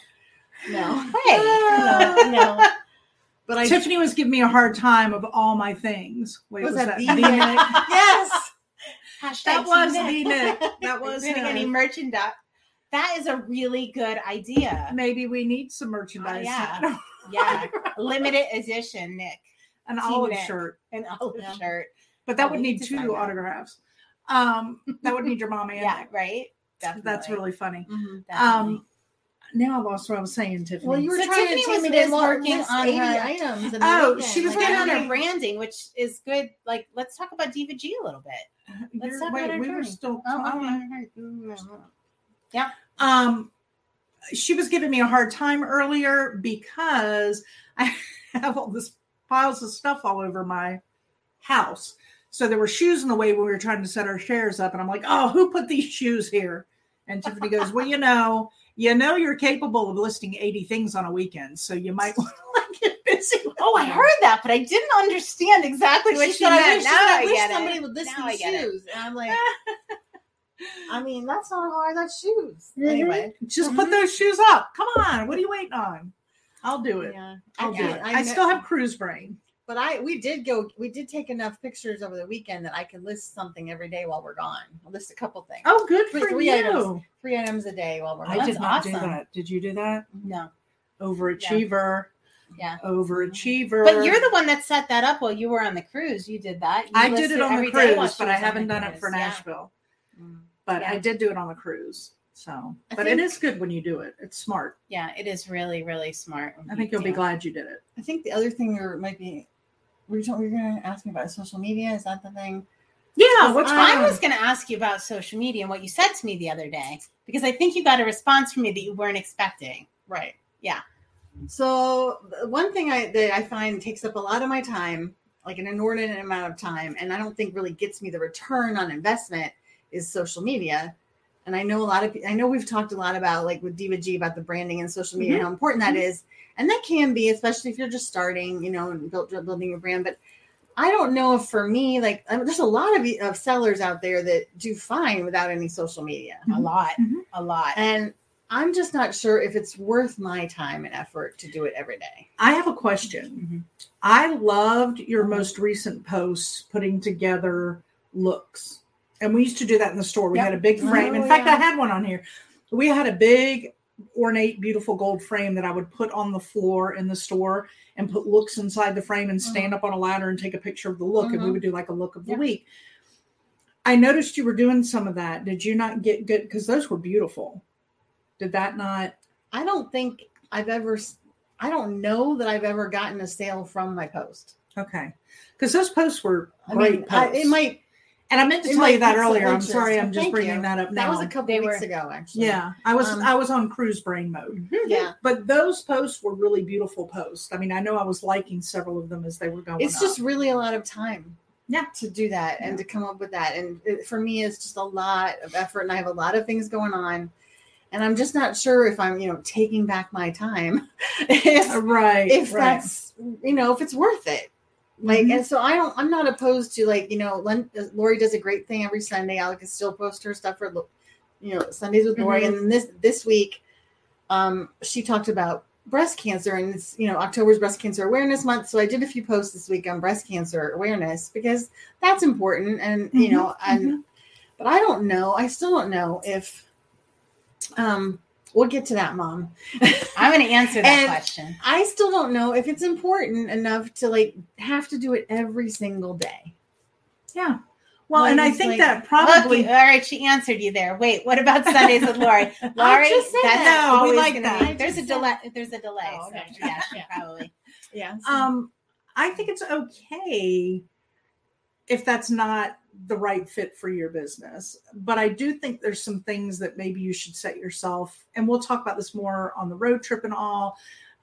Speaker 4: no,
Speaker 3: Hey.
Speaker 4: no. [LAUGHS] no. But I
Speaker 2: Tiffany was giving me a hard time of all my things. Wait,
Speaker 4: was,
Speaker 2: was, that,
Speaker 4: that, the
Speaker 2: the Nick?
Speaker 4: [LAUGHS] yes.
Speaker 3: Hashtag
Speaker 2: That was
Speaker 3: Team
Speaker 2: the
Speaker 3: Nick.
Speaker 2: Nick.
Speaker 3: [LAUGHS]
Speaker 2: That
Speaker 3: We're
Speaker 2: was
Speaker 3: gonna get
Speaker 2: him.
Speaker 3: any merchandise. That is a really good idea.
Speaker 2: Maybe we need
Speaker 3: [LAUGHS]
Speaker 2: some
Speaker 3: Oh,
Speaker 2: merchandise. [LAUGHS]
Speaker 3: yeah. Yeah. Limited edition, Nick.
Speaker 2: An
Speaker 3: Team
Speaker 2: olive
Speaker 3: Nick.
Speaker 2: shirt.
Speaker 3: An olive
Speaker 4: Yeah.
Speaker 3: shirt.
Speaker 2: But that
Speaker 3: Oh,
Speaker 2: would
Speaker 3: we
Speaker 2: need
Speaker 3: need to find
Speaker 2: two
Speaker 3: out.
Speaker 2: autographs. Um, that would need your
Speaker 3: [LAUGHS]
Speaker 2: mom and
Speaker 3: Yeah,
Speaker 2: Nick.
Speaker 3: right?
Speaker 2: That's
Speaker 3: Definitely.
Speaker 2: really funny.
Speaker 4: Mm-hmm.
Speaker 3: Definitely.
Speaker 2: Um, now I lost what I was saying, Tiffany.
Speaker 4: Well, you were
Speaker 3: So
Speaker 4: trying
Speaker 3: Tiffany
Speaker 4: to tell
Speaker 3: was
Speaker 4: me to
Speaker 3: busy
Speaker 4: lo-
Speaker 3: working
Speaker 4: list
Speaker 3: on
Speaker 4: 80
Speaker 3: her-
Speaker 4: items. in a
Speaker 2: Oh,
Speaker 4: weekend.
Speaker 2: she was
Speaker 3: We're
Speaker 4: Like,
Speaker 2: working on
Speaker 3: on her
Speaker 2: her-
Speaker 3: branding, which is good. Like, let's talk about Diva G a little bit. Let's
Speaker 2: You're-
Speaker 3: talk
Speaker 2: wait,
Speaker 3: about our
Speaker 2: we were
Speaker 3: journey.
Speaker 2: still
Speaker 3: Oh, I
Speaker 2: talking.
Speaker 3: don't know.
Speaker 2: Um, she was giving me a hard time earlier because [LAUGHS] I have all this piles of stuff all over my house. So there were shoes in the way when we were trying to set our chairs up, and I'm like, "Oh, who put these shoes here?" And Tiffany goes, "Well, you know, you know, you're capable of listing 80 things on a weekend, so you might [LAUGHS] want to get busy." with
Speaker 3: Oh, I
Speaker 2: them."
Speaker 3: heard that, but I didn't understand exactly what she,
Speaker 4: she said, I
Speaker 3: meant.
Speaker 4: wish,
Speaker 3: now
Speaker 4: she said, I
Speaker 3: I
Speaker 4: wish
Speaker 3: get
Speaker 4: somebody
Speaker 3: it.
Speaker 4: would list
Speaker 3: Now I
Speaker 4: these
Speaker 3: get it.
Speaker 4: shoes. And I'm like, [LAUGHS] I mean, that's not hard. That's shoes.
Speaker 3: Mhm.
Speaker 4: Anyway,
Speaker 2: Just put those shoes up. Come on, what are you waiting on? I'll do it.
Speaker 4: yeah,
Speaker 2: I'll do
Speaker 4: can't-
Speaker 2: it. Mm-hmm. I
Speaker 4: kn-
Speaker 2: still have cruise brain.
Speaker 4: but I we did go. We did take enough pictures over the weekend that I could list something every day while we're gone. I'll list a couple things,
Speaker 2: Oh, good
Speaker 4: Three-
Speaker 2: for
Speaker 4: three
Speaker 2: you.
Speaker 4: items. three items a day while we're
Speaker 2: I
Speaker 4: gone.
Speaker 2: did
Speaker 3: That's
Speaker 2: Oh, not do
Speaker 3: awesome.
Speaker 2: that. Did you do that?
Speaker 3: No,
Speaker 2: Overachiever.
Speaker 3: Yeah.
Speaker 2: Overachiever.
Speaker 3: but you're the one that set that up while you were on the cruise. You did that. You
Speaker 2: I did
Speaker 3: listed
Speaker 2: it on
Speaker 3: every
Speaker 2: the
Speaker 3: day while
Speaker 2: cruise,
Speaker 3: she
Speaker 2: but I
Speaker 3: was on
Speaker 2: haven't
Speaker 3: the
Speaker 2: done it
Speaker 3: cruise.
Speaker 2: for
Speaker 3: Yeah.
Speaker 2: Nashville.
Speaker 4: Mm.
Speaker 2: But I
Speaker 3: Yeah.
Speaker 2: did do it on the cruise. So,
Speaker 4: I
Speaker 2: but
Speaker 4: think-
Speaker 2: it is good when you do it. It's smart.
Speaker 3: Yeah. it is really, really smart. when
Speaker 2: I think
Speaker 3: you
Speaker 2: you'll be
Speaker 3: do it.
Speaker 2: glad you did it.
Speaker 4: I think the other thing there might be. Were you, were you going to ask me about social media? Is that the thing?
Speaker 2: Yeah.
Speaker 4: what's
Speaker 2: What's
Speaker 4: fine
Speaker 3: I was going to ask you about social media and what you said to me the other day because I think you got a response from me that you weren't expecting.
Speaker 4: Right.
Speaker 3: Yeah.
Speaker 4: So the one thing I that I find takes up a lot of my time, like an inordinate amount of time, and I don't think really gets me the return on investment is social media. And I know a lot of I know we've talked a lot about like with Diva G about the branding and social media and how important that is, and that can be especially if you're just starting, you know, and built, building your brand. But I don't know if for me, like, I mean, there's a lot of, of sellers out there that do fine without any social media.
Speaker 3: a lot,
Speaker 2: Mhm.
Speaker 3: a lot.
Speaker 4: And I'm just not sure if it's worth my time and effort to do it every day.
Speaker 2: I have a question.
Speaker 4: Mm-hmm.
Speaker 2: I loved your most recent posts putting together looks. And we used to do that in the store. We
Speaker 3: Yep.
Speaker 2: had a big frame.
Speaker 4: Oh,
Speaker 2: in fact,
Speaker 4: yeah.
Speaker 2: I had one on here. We had a big, ornate, beautiful gold frame that I would put on the floor in the store and put looks inside the frame and stand
Speaker 4: Mm.
Speaker 2: up on a ladder and take a picture of the look. And we
Speaker 4: Mhm.
Speaker 2: would do like a look of the
Speaker 3: Yeah.
Speaker 2: week. I noticed you were doing some of that. Did you not get good? Because those were beautiful. Did that not?
Speaker 4: I don't think I've ever, s- I don't know that I've ever gotten a sale from my post.
Speaker 2: Okay. Because those posts were
Speaker 4: I
Speaker 2: great.
Speaker 4: mean, I,
Speaker 2: posts.
Speaker 4: it might,
Speaker 2: And I meant to
Speaker 4: It
Speaker 2: tell you
Speaker 4: might
Speaker 2: that
Speaker 4: be some
Speaker 2: earlier. I'm
Speaker 4: inches.
Speaker 2: sorry, I'm just
Speaker 4: Thank
Speaker 2: bringing
Speaker 4: you.
Speaker 2: that up
Speaker 4: that
Speaker 2: now.
Speaker 4: was a couple
Speaker 3: They
Speaker 4: weeks
Speaker 3: were-
Speaker 4: ago, actually.
Speaker 2: yeah, I was
Speaker 4: Um, Mm-hmm.
Speaker 2: I was on cruise brain mode.
Speaker 4: Yeah.
Speaker 2: But those posts were really beautiful posts. I mean, I know I was liking several of them as they were going.
Speaker 4: it's
Speaker 2: up.
Speaker 4: just really a lot of time
Speaker 2: Yeah.
Speaker 4: to do that and to come up with that and it, for me it's just a lot of effort and i have a lot of things going on and i'm just not sure if i'm you know taking back my time [LAUGHS]
Speaker 2: Uh,
Speaker 4: if,
Speaker 2: right.
Speaker 4: if
Speaker 2: right.
Speaker 4: that's you know if it's worth it like
Speaker 2: Mhm.
Speaker 4: and so i don't i'm not opposed to like you know Len, lori does a great thing every sunday i can still post her stuff for Lo- you know sundays with lori
Speaker 2: Mm-hmm.
Speaker 4: and then this this week um she talked about breast cancer and it's you know october's breast cancer awareness month so i did a few posts this week on breast cancer awareness because that's important and you know
Speaker 2: Mhm,
Speaker 4: and but i don't know i still don't know if um we'll get to that mom
Speaker 3: [LAUGHS] I'm going to answer that
Speaker 4: And-
Speaker 3: question.
Speaker 4: I still don't know if it's important enough to like have to do it every single day.
Speaker 2: yeah. Well, and I
Speaker 4: Like,
Speaker 2: think
Speaker 4: like-
Speaker 2: that
Speaker 3: Probably.
Speaker 2: probably
Speaker 3: all right, she answered you there. Wait, what about Sundays
Speaker 2: [LAUGHS]
Speaker 3: with Lori? Lori,
Speaker 4: just said
Speaker 3: that's
Speaker 4: that.
Speaker 2: No, we
Speaker 3: always
Speaker 2: like
Speaker 3: gonna
Speaker 2: that.
Speaker 3: be-
Speaker 4: I just
Speaker 3: there's a
Speaker 4: said-
Speaker 3: delay. There's a delay.
Speaker 4: Oh,
Speaker 3: so,
Speaker 4: okay.
Speaker 3: yeah,
Speaker 2: [LAUGHS]
Speaker 3: she probably.
Speaker 4: Yeah.
Speaker 2: um I think it's okay if that's not the right fit for your business. But I do think there's some things that maybe you should set yourself, and we'll talk about this more on the road trip and all.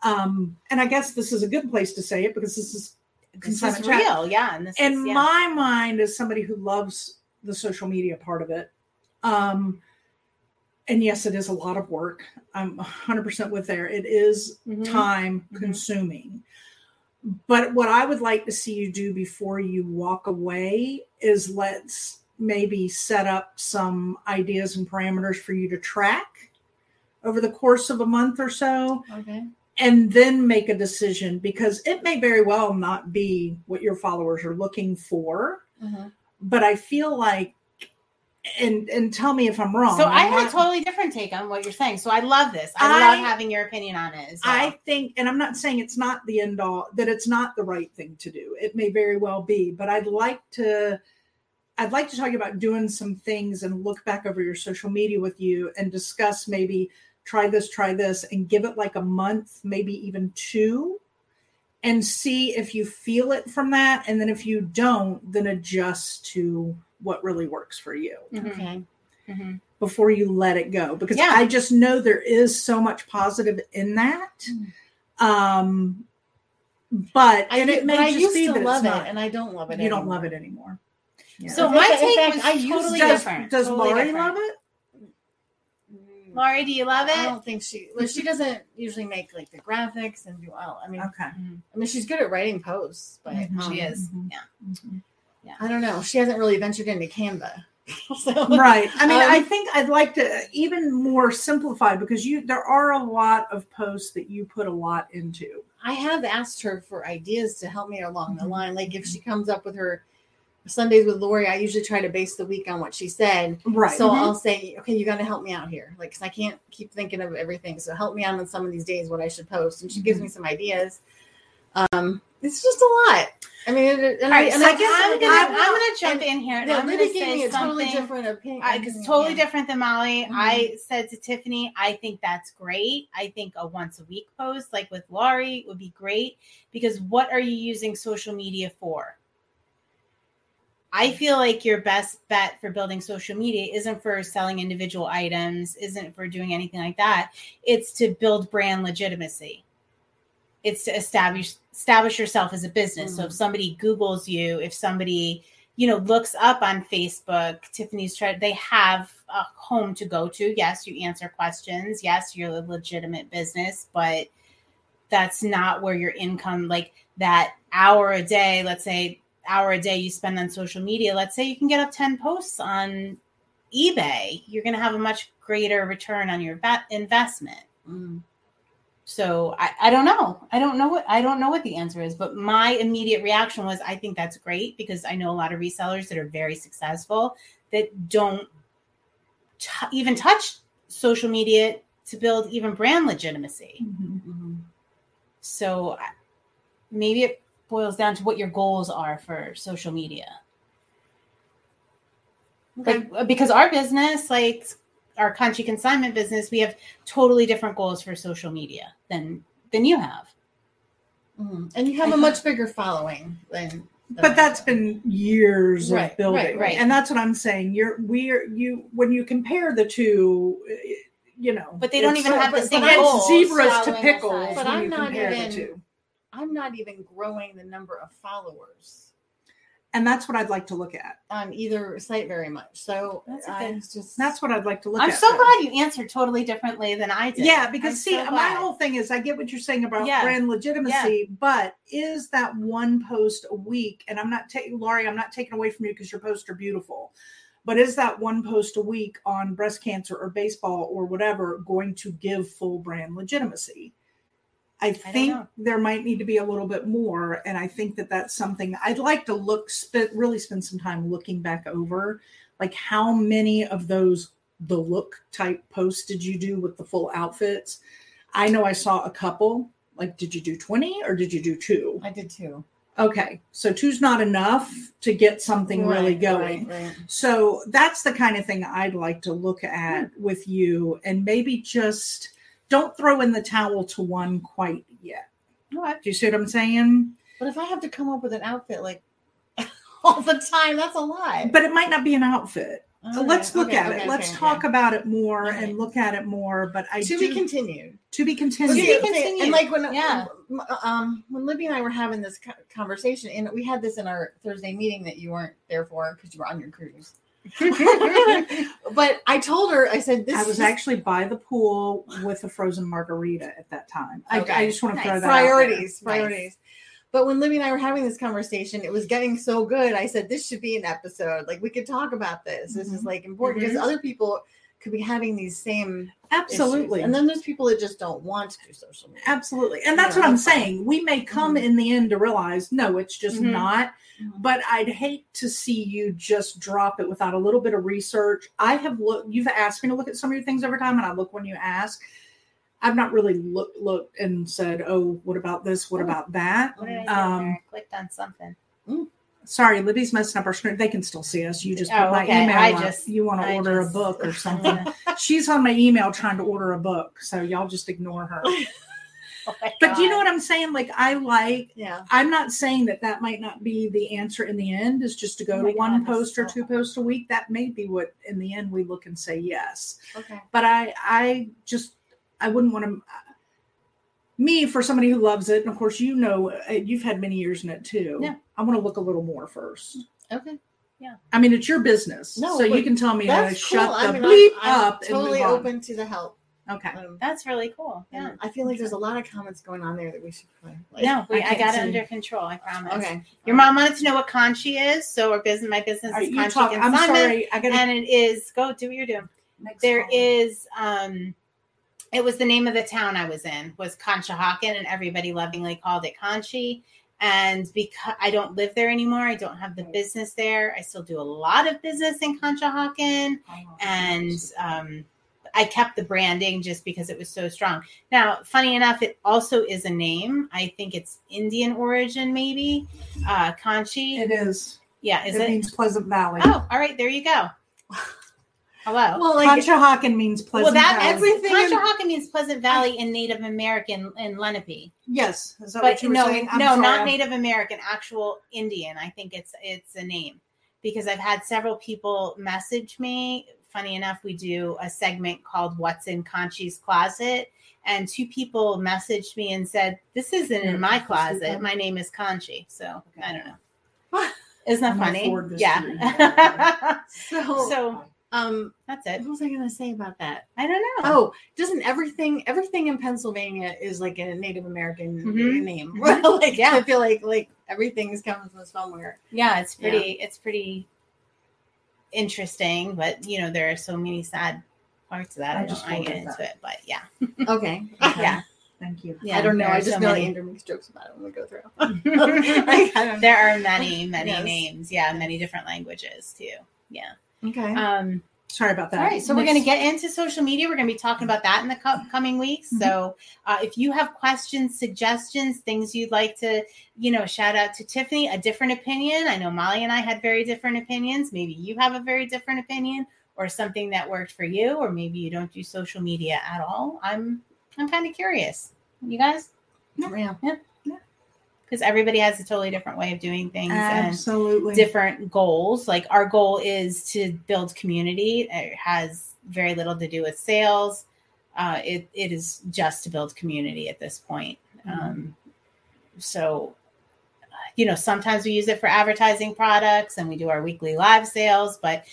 Speaker 2: Um, and I guess this is a good place to say it because this is
Speaker 3: This
Speaker 2: consignment
Speaker 3: is
Speaker 2: chat.
Speaker 3: real. Yeah. And this
Speaker 2: In
Speaker 3: is, yeah.
Speaker 2: my mind, as somebody who loves the social media part of it, um, and yes, it is a lot of work. I'm 100% with there. It is
Speaker 3: Mhm.
Speaker 2: time
Speaker 3: Mhm.
Speaker 2: consuming. But what I would like to see you do before you walk away is let's maybe set up some ideas and parameters for you to track over the course of a month or so
Speaker 4: okay.
Speaker 2: and then make a decision because it may very well not be what your followers are looking for.
Speaker 4: uh-huh, hmm.
Speaker 2: But I feel like and and tell me if I'm wrong.
Speaker 3: So I
Speaker 2: I'm
Speaker 3: had a
Speaker 2: not-
Speaker 3: totally different take on what you're saying. So I love this. I, love
Speaker 2: I-
Speaker 3: having your opinion on it. as well.
Speaker 2: I think, and I'm not saying it's not the end all, that it's not the right thing to do. It may very well be, but I'd like to, I'd like to talk about doing some things and look back over your social media with you and discuss maybe try this, try this, and give it like a month, maybe even two, and see if you feel it from that. And then if you don't, then adjust to what really works for you
Speaker 3: Mhm.
Speaker 4: Okay.
Speaker 3: Mhm.
Speaker 2: before you let it go because
Speaker 3: Yeah.
Speaker 2: i just know there is so much positive in that
Speaker 4: Mm.
Speaker 2: um but
Speaker 4: I,
Speaker 2: and it may
Speaker 4: but I
Speaker 2: just
Speaker 4: used
Speaker 2: be
Speaker 4: to
Speaker 2: that
Speaker 4: love
Speaker 2: it's
Speaker 4: it
Speaker 2: not.
Speaker 4: and I don't love it.
Speaker 2: you don't
Speaker 4: anymore.
Speaker 2: love it anymore Yeah.
Speaker 3: So
Speaker 4: In
Speaker 3: my
Speaker 4: fact- in
Speaker 3: take
Speaker 4: fact,
Speaker 3: was
Speaker 4: I used
Speaker 3: totally
Speaker 4: to-
Speaker 2: does,
Speaker 3: different.
Speaker 2: does
Speaker 3: Totally
Speaker 2: Lori
Speaker 3: different.
Speaker 2: love it
Speaker 4: Mm.
Speaker 3: Lori, do you love
Speaker 4: I
Speaker 3: it?
Speaker 4: don't think she well, she doesn't usually make like the graphics and do all I mean
Speaker 2: okay
Speaker 4: I mean she's good at writing posts, but
Speaker 2: Mhm.
Speaker 4: um,
Speaker 3: She is.
Speaker 2: Mhm.
Speaker 3: Yeah.
Speaker 4: I don't know. She hasn't really ventured into Canva. [LAUGHS] so
Speaker 2: right i mean
Speaker 4: Um,
Speaker 2: i think i'd like to even more simplify because you there are a lot of posts that you put a lot into
Speaker 4: I have asked her for ideas to help me along the
Speaker 2: Mhm.
Speaker 4: line. Like if she comes up with her Sundays with Lori, I usually try to base the week on what she said.
Speaker 2: right
Speaker 4: So
Speaker 2: so
Speaker 3: mm-hmm.
Speaker 4: I'll say, okay, you got to help me out here. Like, 'cause I can't keep thinking of everything. So help me out on some of these days what I should post. And she
Speaker 3: Mm-hmm.
Speaker 4: gives me some ideas. Um, it's just a lot. I mean, it- and
Speaker 3: All
Speaker 4: I,
Speaker 3: right.
Speaker 4: and
Speaker 3: So I guess I'm gonna
Speaker 4: I-
Speaker 3: I'm gonna jump in here. And
Speaker 4: yeah,
Speaker 3: I'm gonna
Speaker 4: Libby gave me
Speaker 3: say
Speaker 4: a totally
Speaker 3: something.
Speaker 4: different opinion.
Speaker 3: because totally
Speaker 4: yeah.
Speaker 3: different than Molly. I said to Tiffany, I think that's great. I think a once a week post, like with Laurie, would be great because what are you using social media for? I feel like your best bet for building social media isn't for selling individual items, isn't for doing anything like that. It's to build brand legitimacy. It's to establish establish yourself as a business. So if somebody Google's you, if somebody you know looks up on facebook tiffany's tried they have a home to go to yes you answer questions yes you're a legitimate business but that's not where your income like that hour a day let's say hour a day you spend on social media, let's say you can get up 10 posts on eBay, you're going to have a much greater return on your va- investment.
Speaker 2: Mm-hmm.
Speaker 4: Mm.
Speaker 3: So I, I don't know. I don't know what I don't know what the answer is, but my immediate reaction was I think that's great because I know a lot of resellers that are very successful that don't t- even touch social media to build even brand legitimacy.
Speaker 4: Mhm.
Speaker 3: So I- maybe it boils down to what your goals are for social media.
Speaker 4: Okay.
Speaker 3: Like uh, because our business, like our country consignment business, we have totally different goals for social media than than you have.
Speaker 4: Mhm. And you have a much bigger following than.
Speaker 3: Uh,
Speaker 2: but that's been years
Speaker 4: Right,
Speaker 2: of building
Speaker 4: right, right.
Speaker 2: and that's what i'm saying you're we're you when you compare the two eh, you know
Speaker 3: But they don't
Speaker 2: it's-
Speaker 3: even have the
Speaker 2: but-
Speaker 3: same
Speaker 2: but it's
Speaker 3: goals
Speaker 2: zebras to
Speaker 3: following the
Speaker 2: pickles
Speaker 3: size.
Speaker 2: when
Speaker 4: But I'm
Speaker 2: you
Speaker 4: not
Speaker 2: compare
Speaker 4: even-
Speaker 2: the two
Speaker 4: I'm not even growing the number of followers
Speaker 2: and that's what i'd like to look at
Speaker 4: on either site very much. So
Speaker 3: That's a
Speaker 4: I'm
Speaker 3: good-
Speaker 4: just
Speaker 2: that's what i'd like to look
Speaker 3: I'm
Speaker 2: at
Speaker 3: so
Speaker 2: though.
Speaker 3: glad you answered totally differently than I did.
Speaker 2: Yeah, because
Speaker 3: I'm
Speaker 2: see,
Speaker 3: so
Speaker 2: my
Speaker 3: glad.
Speaker 2: whole thing is I get what you're saying about
Speaker 3: Yeah.
Speaker 2: brand legitimacy, but is that one post a week? And I'm not taking Laurie, I'm not taking away from you because your posts are beautiful. But is that one post a week on breast cancer or baseball or whatever going to give full brand legitimacy? I think
Speaker 3: know.
Speaker 2: there might need to be a little bit more. And I think that that's something I'd like to look, spend, really spend some time looking back over. Like, how many of those the look type posts did you do with the full outfits? I know I saw a couple. Like, did you do 20 or did you do two?
Speaker 4: I did too.
Speaker 2: Okay. So, two's not enough to get something really going.
Speaker 4: Right, right.
Speaker 2: So that's the kind of thing I'd like to look at
Speaker 4: Hmm.
Speaker 2: with you, and maybe just don't throw in the towel to one quite yet. Do you see what I'm saying?
Speaker 4: But if I have to come up with an outfit like [LAUGHS] all the time, that's a lot.
Speaker 2: But it might not be an outfit.
Speaker 4: All
Speaker 2: Let's
Speaker 4: right,
Speaker 2: look
Speaker 4: okay,
Speaker 2: at
Speaker 4: okay,
Speaker 2: it. Let's
Speaker 4: okay,
Speaker 2: talk
Speaker 4: yeah.
Speaker 2: about it more
Speaker 4: All right.
Speaker 2: and look at it more. But I
Speaker 4: to
Speaker 2: do
Speaker 4: be continued.
Speaker 2: to be
Speaker 4: To
Speaker 2: continued.
Speaker 4: be
Speaker 3: continue.
Speaker 4: continued. And like when
Speaker 3: Yeah.
Speaker 4: um when Libby and I were having this co- conversation, and we had this in our Thursday meeting that you weren't there for because you were on
Speaker 2: [LAUGHS]
Speaker 4: your cruise. [LAUGHS] but I told her, I said, "This
Speaker 2: I was
Speaker 4: is
Speaker 2: actually by the pool with a frozen margarita at that time. I, I
Speaker 4: Okay.
Speaker 2: just want to throw
Speaker 3: Nice.
Speaker 2: that out there.
Speaker 3: Nice.
Speaker 4: priorities, priorities." But when Libby and I were having this conversation, it was getting so good. I said, "This should be an episode. Like we could talk about this. This
Speaker 2: Mm-hmm.
Speaker 4: is like important because
Speaker 3: Mhm.
Speaker 4: other people could be having these same
Speaker 2: Absolutely.
Speaker 4: issues. And then there's people that just don't want to do social media.
Speaker 2: Absolutely. And that's
Speaker 4: Yeah,
Speaker 2: what I'm
Speaker 4: that's fine.
Speaker 2: saying. We may come
Speaker 4: Mhm.
Speaker 2: in the end to realize, no, it's just
Speaker 3: Mhm.
Speaker 2: not.
Speaker 4: Mhm.
Speaker 2: But I'd hate to see you just drop it without a little bit of research. I have looked, you've asked me to look at some of your things over time, and I look when you ask. I've not really looked looked and said, oh, what about this? What about that?
Speaker 3: What did I do
Speaker 2: Um,
Speaker 3: there? I clicked
Speaker 2: [LAUGHS]
Speaker 3: on something.
Speaker 2: Sorry, Libby's messing up our screen. They can still see us. You just put
Speaker 3: Oh,
Speaker 2: my
Speaker 3: okay.
Speaker 2: email
Speaker 3: I
Speaker 2: up.
Speaker 3: just-
Speaker 2: you want to
Speaker 3: I
Speaker 2: order
Speaker 3: just-
Speaker 2: a book
Speaker 3: [LAUGHS]
Speaker 2: or something.
Speaker 3: Oh
Speaker 2: She's on my email trying to order a book, so y'all just ignore her.
Speaker 3: my
Speaker 2: But do you know
Speaker 3: Oh God.
Speaker 2: what I'm saying? Like, I like.
Speaker 4: Yeah.
Speaker 2: I'm not saying that that might not be the answer in the end. Is just to go
Speaker 3: Oh my
Speaker 2: to one
Speaker 3: God, that's
Speaker 2: post or
Speaker 3: so
Speaker 2: two posts a week. That may be what in the end we look and say yes.
Speaker 4: Okay.
Speaker 2: But I, I just, I wouldn't want to. Me for somebody who loves it, and of course you know uh, you've had many years in it too.
Speaker 3: Yeah.
Speaker 2: I want to look a little more first.
Speaker 4: Okay.
Speaker 2: I mean, it's your business,
Speaker 4: No,
Speaker 2: so you
Speaker 4: but
Speaker 2: can tell me how to
Speaker 4: That's cool.
Speaker 2: shut
Speaker 4: I
Speaker 2: the
Speaker 4: mean,
Speaker 2: bleep
Speaker 4: I'm, I'm
Speaker 2: up.
Speaker 4: totally
Speaker 2: and move on.
Speaker 4: open to the help.
Speaker 2: Okay.
Speaker 4: Um,
Speaker 3: That's really cool. Yeah.
Speaker 4: yeah. I feel like there's a lot of comments going on there that we should play. Like,
Speaker 3: no,
Speaker 2: I
Speaker 3: we, I,
Speaker 2: can't
Speaker 3: got
Speaker 2: see.
Speaker 3: it under control. I promise.
Speaker 4: Okay.
Speaker 3: Your mom wanted to know what Conchi is, so our business, my business
Speaker 2: All right,
Speaker 3: is
Speaker 2: you
Speaker 3: Conchi
Speaker 2: talk. I'm
Speaker 3: Consignment,
Speaker 2: sorry. I got to
Speaker 3: and it is go do what you're doing. There is, um, it was the name of the town I was in was Conshohocken, and everybody lovingly called it Conchi. And because I don't live there anymore, I don't have the
Speaker 4: Right.
Speaker 3: business there. I still do a lot of business in Conshohocken, and um, I kept the branding just because it was so strong. Now, funny enough, it also is a name. I think it's Indian origin, maybe uh, Conchi.
Speaker 2: It is.
Speaker 3: yeah, is
Speaker 2: it,
Speaker 3: it?
Speaker 2: means Pleasant Valley.
Speaker 3: oh, all right, there you go. [LAUGHS] Hello.
Speaker 4: Well, like
Speaker 2: Conshohocken means
Speaker 3: Well,
Speaker 2: Pleasant
Speaker 3: that
Speaker 2: Valley.
Speaker 3: everything.
Speaker 4: everything in-
Speaker 3: Conshohocken means Pleasant Valley in Native American and Lenape,
Speaker 2: yes. Is that
Speaker 3: but
Speaker 2: what you were
Speaker 3: no,
Speaker 2: saying? I'm
Speaker 3: no,
Speaker 2: sorry,
Speaker 3: not
Speaker 2: I'm-
Speaker 3: Native American, actual Indian. I think it's it's a name because I've had several people message me. Funny enough, we do a segment called "What's in Conchi's Closet," and two people messaged me and said, "This isn't
Speaker 2: Hmm.
Speaker 3: in my closet. My name is Conchi." So
Speaker 2: [LAUGHS]
Speaker 3: I don't know. Isn't that
Speaker 2: I'm gonna forward
Speaker 3: funny?
Speaker 2: this to you.
Speaker 3: Yeah. [LAUGHS]
Speaker 4: so,
Speaker 3: so
Speaker 4: Um,
Speaker 3: That's
Speaker 4: what
Speaker 3: it.
Speaker 4: was I going to say about that?
Speaker 3: I don't know.
Speaker 4: Oh, doesn't everything everything in Pennsylvania is like a Native American
Speaker 3: Mhm.
Speaker 4: name? [LAUGHS]
Speaker 3: Mhm.
Speaker 4: like,
Speaker 3: Yeah.
Speaker 4: I feel like like everything's coming from somewhere.
Speaker 3: Yeah, it's pretty it's pretty interesting, but you know, there are so many sad parts of that.
Speaker 2: I
Speaker 3: I, don't
Speaker 2: just
Speaker 3: want to get
Speaker 2: wondered
Speaker 3: into it, but yeah.
Speaker 4: [LAUGHS] Okay.
Speaker 2: [LAUGHS]
Speaker 3: Yeah. [LAUGHS]
Speaker 2: Thank you.
Speaker 3: yeah
Speaker 4: I don't know.
Speaker 3: there
Speaker 4: I
Speaker 3: are
Speaker 4: just
Speaker 3: so
Speaker 4: know
Speaker 3: many-
Speaker 4: Andrew makes jokes about it when we go [LAUGHS] through. Like, I don't know.
Speaker 3: there are many, many
Speaker 4: Yes.
Speaker 3: names. Yeah, many different languages too. Yeah.
Speaker 4: Okay.
Speaker 3: Um
Speaker 2: Sorry about that.
Speaker 3: All right, so we're going to get into social media. We're going to be talking about that in the co- coming weeks. So, uh, if you have questions, suggestions, things you'd like to, you know, shout out to Tiffany, a different opinion. I know Molly and I had very different opinions. Maybe you have a very different opinion, or something that worked for you, or maybe you don't do social media at all. I'm, I'm kind of curious, you guys,
Speaker 4: yeah.
Speaker 3: because everybody has a totally different way of doing things. and
Speaker 2: absolutely
Speaker 3: different goals. Like our goal is to build community. It has very little to do with sales. Uh, it it is just to build community at this point. Um, so, you know, sometimes we use it for advertising products, and we do our weekly live sales, but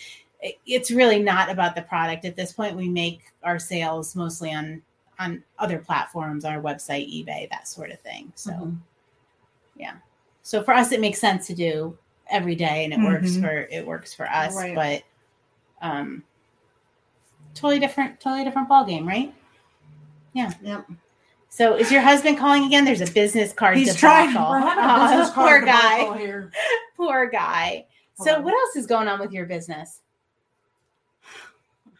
Speaker 3: it- it's really not about the product at this point. We make our sales mostly on on other platforms, our website, eBay, that sort of thing. So.
Speaker 4: Mhm.
Speaker 3: Yeah. So for us, it makes sense to do every day, and it works
Speaker 2: Mhm.
Speaker 3: for it works for us.
Speaker 4: Right.
Speaker 3: But um, totally different, totally different ball game, right? Yeah.
Speaker 4: Yep.
Speaker 3: So is your husband calling again? There's a business card.
Speaker 2: He's
Speaker 3: debacle.
Speaker 2: trying. [LAUGHS] We're having
Speaker 3: Aw,
Speaker 2: a business
Speaker 3: [LAUGHS] poor
Speaker 2: card
Speaker 3: guy.
Speaker 2: debacle here.
Speaker 3: Poor guy. So
Speaker 2: Hold on.
Speaker 3: what else is going on with your business?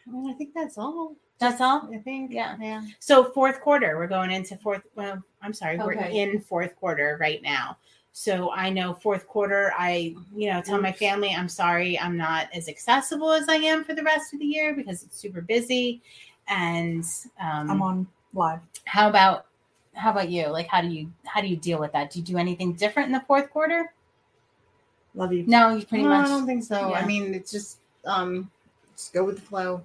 Speaker 4: I, mean, I think that's all.
Speaker 3: That's all.
Speaker 4: I think.
Speaker 3: Yeah.
Speaker 4: Yeah.
Speaker 3: So fourth quarter, we're going into fourth. Well, I'm sorry, we're
Speaker 4: Okay.
Speaker 3: in fourth quarter right now. So I know fourth quarter, I you know tell my
Speaker 4: Oops.
Speaker 3: family I'm sorry I'm not as accessible as I am for the rest of the year because it's super busy. And
Speaker 2: I'm
Speaker 3: um,
Speaker 2: on live.
Speaker 3: how about how about you? Like how do you how do you deal with that? Do you do anything different in the fourth quarter?
Speaker 2: Love you.
Speaker 3: No, you pretty
Speaker 4: no, I don't
Speaker 3: much
Speaker 4: think so. I
Speaker 3: Yeah.
Speaker 4: mean, it's just um, just go with the flow.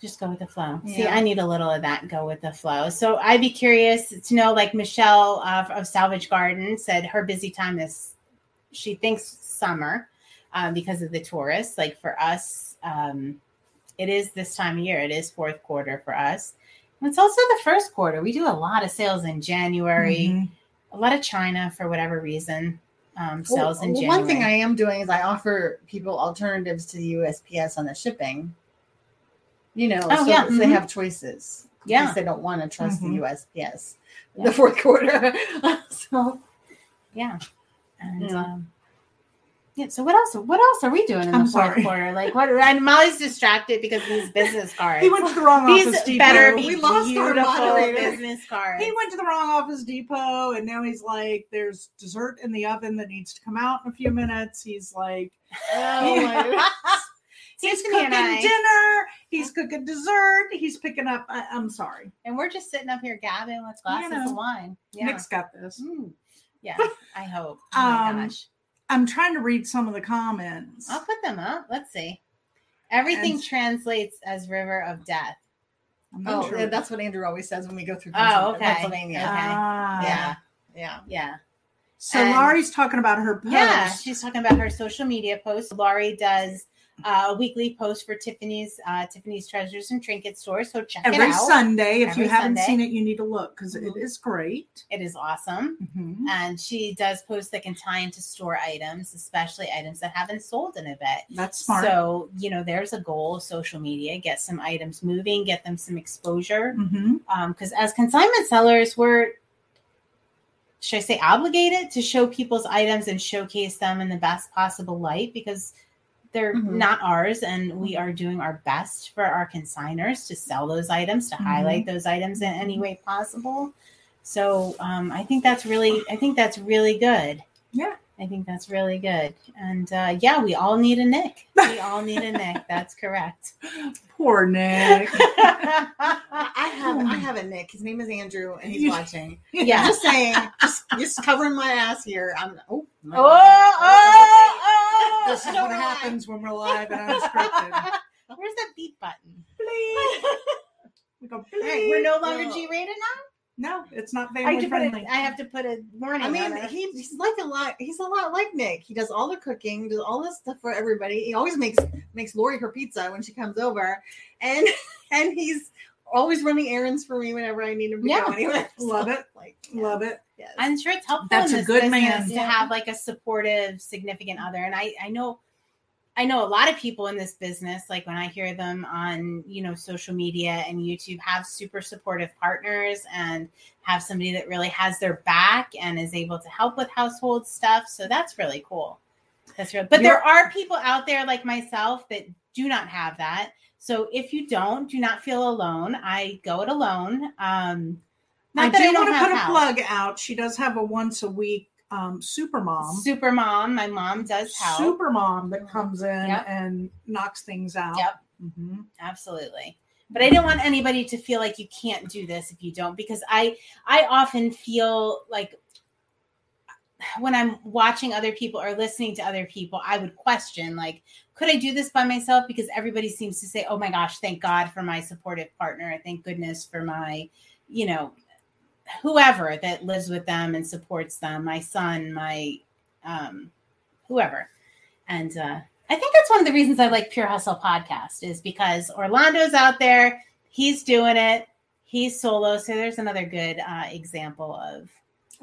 Speaker 3: just go with the flow. See,
Speaker 4: Yeah.
Speaker 3: I need a little of that go with the flow. So I'd be curious to know, like Michelle of, of Salvage Garden said, her busy time is she thinks summer um, because of the tourists. Like for us, um, it is this time of year. It is fourth quarter for us. And it's also the first quarter. We do a lot of sales in January,
Speaker 4: Mm-hmm.
Speaker 2: Mhm.
Speaker 3: a lot of China for whatever reason. Um,
Speaker 4: Well,
Speaker 3: sales in
Speaker 4: well,
Speaker 3: January.
Speaker 4: One thing I am doing is I offer people alternatives to the USPS on the shipping. You know,
Speaker 3: Oh,
Speaker 4: so
Speaker 3: yeah,
Speaker 4: they
Speaker 3: mhm.
Speaker 4: have choices.
Speaker 3: yeah. Mm-hmm.
Speaker 4: Because they don't want to trust
Speaker 2: Mhm.
Speaker 4: the USPS in
Speaker 3: Yeah.
Speaker 4: the fourth quarter. [LAUGHS] so
Speaker 3: yeah and
Speaker 4: Yeah.
Speaker 3: um yeah so what else what else are we doing in
Speaker 2: I'm
Speaker 3: the fourth
Speaker 2: sorry.
Speaker 3: quarter like what and molly's distracted because
Speaker 2: [LAUGHS]
Speaker 3: these business cards
Speaker 2: He went to the wrong
Speaker 3: these
Speaker 2: office depot.
Speaker 3: better be
Speaker 2: we lost our
Speaker 3: beautiful
Speaker 2: moderator.
Speaker 3: business cards
Speaker 2: He went to the wrong office depot, and now he's like, "There's dessert in the oven that needs to come out in a few minutes." He's like,
Speaker 4: Oh, my goodness.
Speaker 2: he's
Speaker 3: Tiffany
Speaker 2: cooking
Speaker 3: and I-
Speaker 2: dinner, he's cooking dessert, he's picking up. I, I'm sorry,
Speaker 3: and we're just sitting up here gabbing with glasses
Speaker 2: know.
Speaker 3: of wine yeah
Speaker 2: Nick's got this.
Speaker 3: Mm.
Speaker 2: [LAUGHS]
Speaker 3: yeah i hope oh my
Speaker 2: Um,
Speaker 3: gosh
Speaker 2: I'm trying to read some of the comments.
Speaker 3: i'll put them up let's see everything
Speaker 2: And-
Speaker 3: translates as river of death
Speaker 2: I'm not
Speaker 4: [LAUGHS] oh
Speaker 2: sure.
Speaker 4: yeah, that's what Andrew always says when we go through
Speaker 3: Oh,
Speaker 4: Pennsylvania.
Speaker 3: okay.
Speaker 4: Pennsylvania.
Speaker 2: Ah.
Speaker 3: yeah
Speaker 4: Yeah.
Speaker 3: yeah
Speaker 2: So
Speaker 3: And-
Speaker 2: Laurie's talking about her post.
Speaker 3: Yeah, she's talking about her social media posts. Laurie does uh, a weekly post for Tiffany's uh, Tiffany's Treasures and Trinket Store. So check
Speaker 2: every
Speaker 3: it out.
Speaker 2: Sunday. If
Speaker 3: Every
Speaker 2: you haven't
Speaker 3: Sunday.
Speaker 2: seen it, you need to look because
Speaker 3: Mhm.
Speaker 2: is great.
Speaker 3: It is awesome.
Speaker 2: Mhm.
Speaker 3: And she does posts that can tie into store items, especially items that haven't sold in a bit.
Speaker 2: That's smart.
Speaker 3: So, you know, there's a goal of social media get some items moving, get them some exposure.
Speaker 2: Mhm.
Speaker 3: Because Um, as consignment sellers, we're, should I say, obligated to show people's items and showcase them in the best possible light because they're
Speaker 4: Mhm.
Speaker 3: not ours and we
Speaker 4: Mm-hmm.
Speaker 3: are doing our best for our consigners to sell those items,
Speaker 4: Mm-hmm.
Speaker 3: to highlight those items in any way possible. So um, I think that's really, I think that's really good.
Speaker 2: Yeah.
Speaker 3: I think that's really good. And uh, yeah, we all need a Nick. We all need a
Speaker 4: [LAUGHS]
Speaker 3: Nick. That's correct. [LAUGHS]
Speaker 2: Poor Nick.
Speaker 4: I I have
Speaker 3: hmm.
Speaker 4: I have a Nick. His name is Andrew, and he's
Speaker 2: You-
Speaker 4: watching. I'm
Speaker 3: yeah.
Speaker 4: just saying, just, just covering my ass here. I'm oh my
Speaker 3: Oh,
Speaker 4: God.
Speaker 3: oh, oh.
Speaker 2: this is
Speaker 4: so
Speaker 2: what
Speaker 4: do I.
Speaker 2: happens when we're live and [LAUGHS] unscripted.
Speaker 3: [LAUGHS] Where's that beep button?
Speaker 2: [LAUGHS] Bleep. We go,
Speaker 3: All right, we're no
Speaker 4: longer
Speaker 3: longer G rated now?
Speaker 2: No, it's not
Speaker 3: I have,
Speaker 2: family
Speaker 3: to put
Speaker 2: friendly.
Speaker 3: a, I have to put a warning.
Speaker 4: I mean,
Speaker 3: on it.
Speaker 4: he, he's like a lot. He's a lot like Nick. He does all the cooking, does all this stuff for everybody. He always makes makes Lori her pizza when she comes over, and [LAUGHS] and he's always running errands for me whenever I need him to
Speaker 3: Yeah.
Speaker 4: go [LAUGHS] anywhere.
Speaker 2: [LAUGHS] Love
Speaker 3: [LAUGHS]
Speaker 2: it.
Speaker 4: Like yeah,
Speaker 2: Love it.
Speaker 4: yes.
Speaker 3: I'm sure it's helpful.
Speaker 2: That's
Speaker 3: in
Speaker 2: a
Speaker 3: this
Speaker 2: good man.
Speaker 3: business to
Speaker 4: Yeah.
Speaker 3: have like a supportive significant other. And I, I know, I know a lot of people in this business. Like when I hear them on, you know, social media and YouTube, have super supportive partners and have somebody that really has their back and is able to help with household stuff. So that's really cool. That's real. But
Speaker 2: You're-
Speaker 3: there are people out there like myself that do not have that. So if you don't, do not feel alone. I go it alone. Um, not
Speaker 2: I
Speaker 3: that
Speaker 2: do
Speaker 3: I don't
Speaker 2: want to
Speaker 3: have
Speaker 2: put a
Speaker 3: help.
Speaker 2: plug out. She does have a once a week um, super mom.
Speaker 3: Super mom. My mom does help. Mm-hmm.
Speaker 2: Super mom that comes in
Speaker 3: Yep.
Speaker 2: and knocks things out.
Speaker 3: Yep.
Speaker 2: hmm
Speaker 3: Absolutely. But I don't want anybody to feel like you can't do this if you don't, because I I often feel like when I'm watching other people or listening to other people, I would question like, could I do this by myself? Because everybody seems to say, Oh my gosh, thank God for my supportive partner. Thank goodness for my, you know, whoever that lives with them and supports them, my son, my um whoever. And uh I think that's one of the reasons I like Pure Hustle podcast is because Orlando's out there, he's doing it, he's solo. So there's another good uh, example of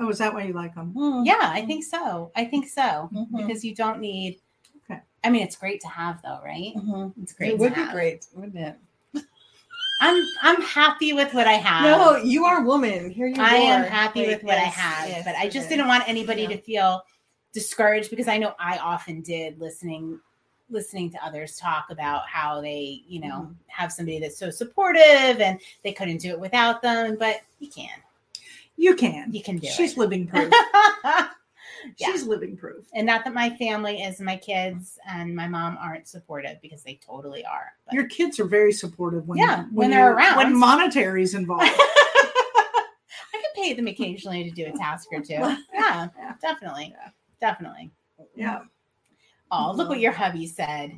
Speaker 2: Oh, is that why you like them?
Speaker 4: Mm-hmm.
Speaker 3: yeah, I think so. I think so
Speaker 4: Mhm.
Speaker 3: because you don't need.
Speaker 2: Okay.
Speaker 3: I mean, it's great to have though, right? It's great.
Speaker 4: Mm-hmm.
Speaker 3: to
Speaker 4: It would be
Speaker 3: have.
Speaker 4: great, wouldn't it?
Speaker 3: I'm I'm happy with what I have.
Speaker 4: no, you are a woman. Here you
Speaker 3: Um, I am
Speaker 4: are.
Speaker 3: happy
Speaker 4: Like,
Speaker 3: with what I
Speaker 4: yes,
Speaker 3: have,
Speaker 4: yes,
Speaker 3: but I
Speaker 4: it
Speaker 3: just
Speaker 4: is.
Speaker 3: didn't want anybody
Speaker 4: Yeah.
Speaker 3: to feel discouraged because I know I often did listening listening to others talk about how they, you know,
Speaker 4: Mm-hmm.
Speaker 3: have somebody that's so supportive and they couldn't do it without them, but you can. [LAUGHS]
Speaker 2: You can.
Speaker 3: You can do
Speaker 2: She's
Speaker 3: [LAUGHS]
Speaker 2: living proof.
Speaker 3: it. Yeah.
Speaker 2: She's living proof.
Speaker 3: and not that my family is my kids and my mom aren't supportive because they totally are. But
Speaker 2: Your kids are very supportive when
Speaker 3: Yeah,
Speaker 2: when,
Speaker 3: when they're
Speaker 2: you're-
Speaker 3: around.
Speaker 2: when monetary's
Speaker 3: [LAUGHS]
Speaker 2: involved.
Speaker 3: I could pay them occasionally to do a task
Speaker 4: [LAUGHS]
Speaker 3: or two. Yeah,
Speaker 2: Yeah.
Speaker 3: definitely. Definitely.
Speaker 2: yeah,
Speaker 3: Oh, look what your hubby
Speaker 4: [LAUGHS]
Speaker 3: said.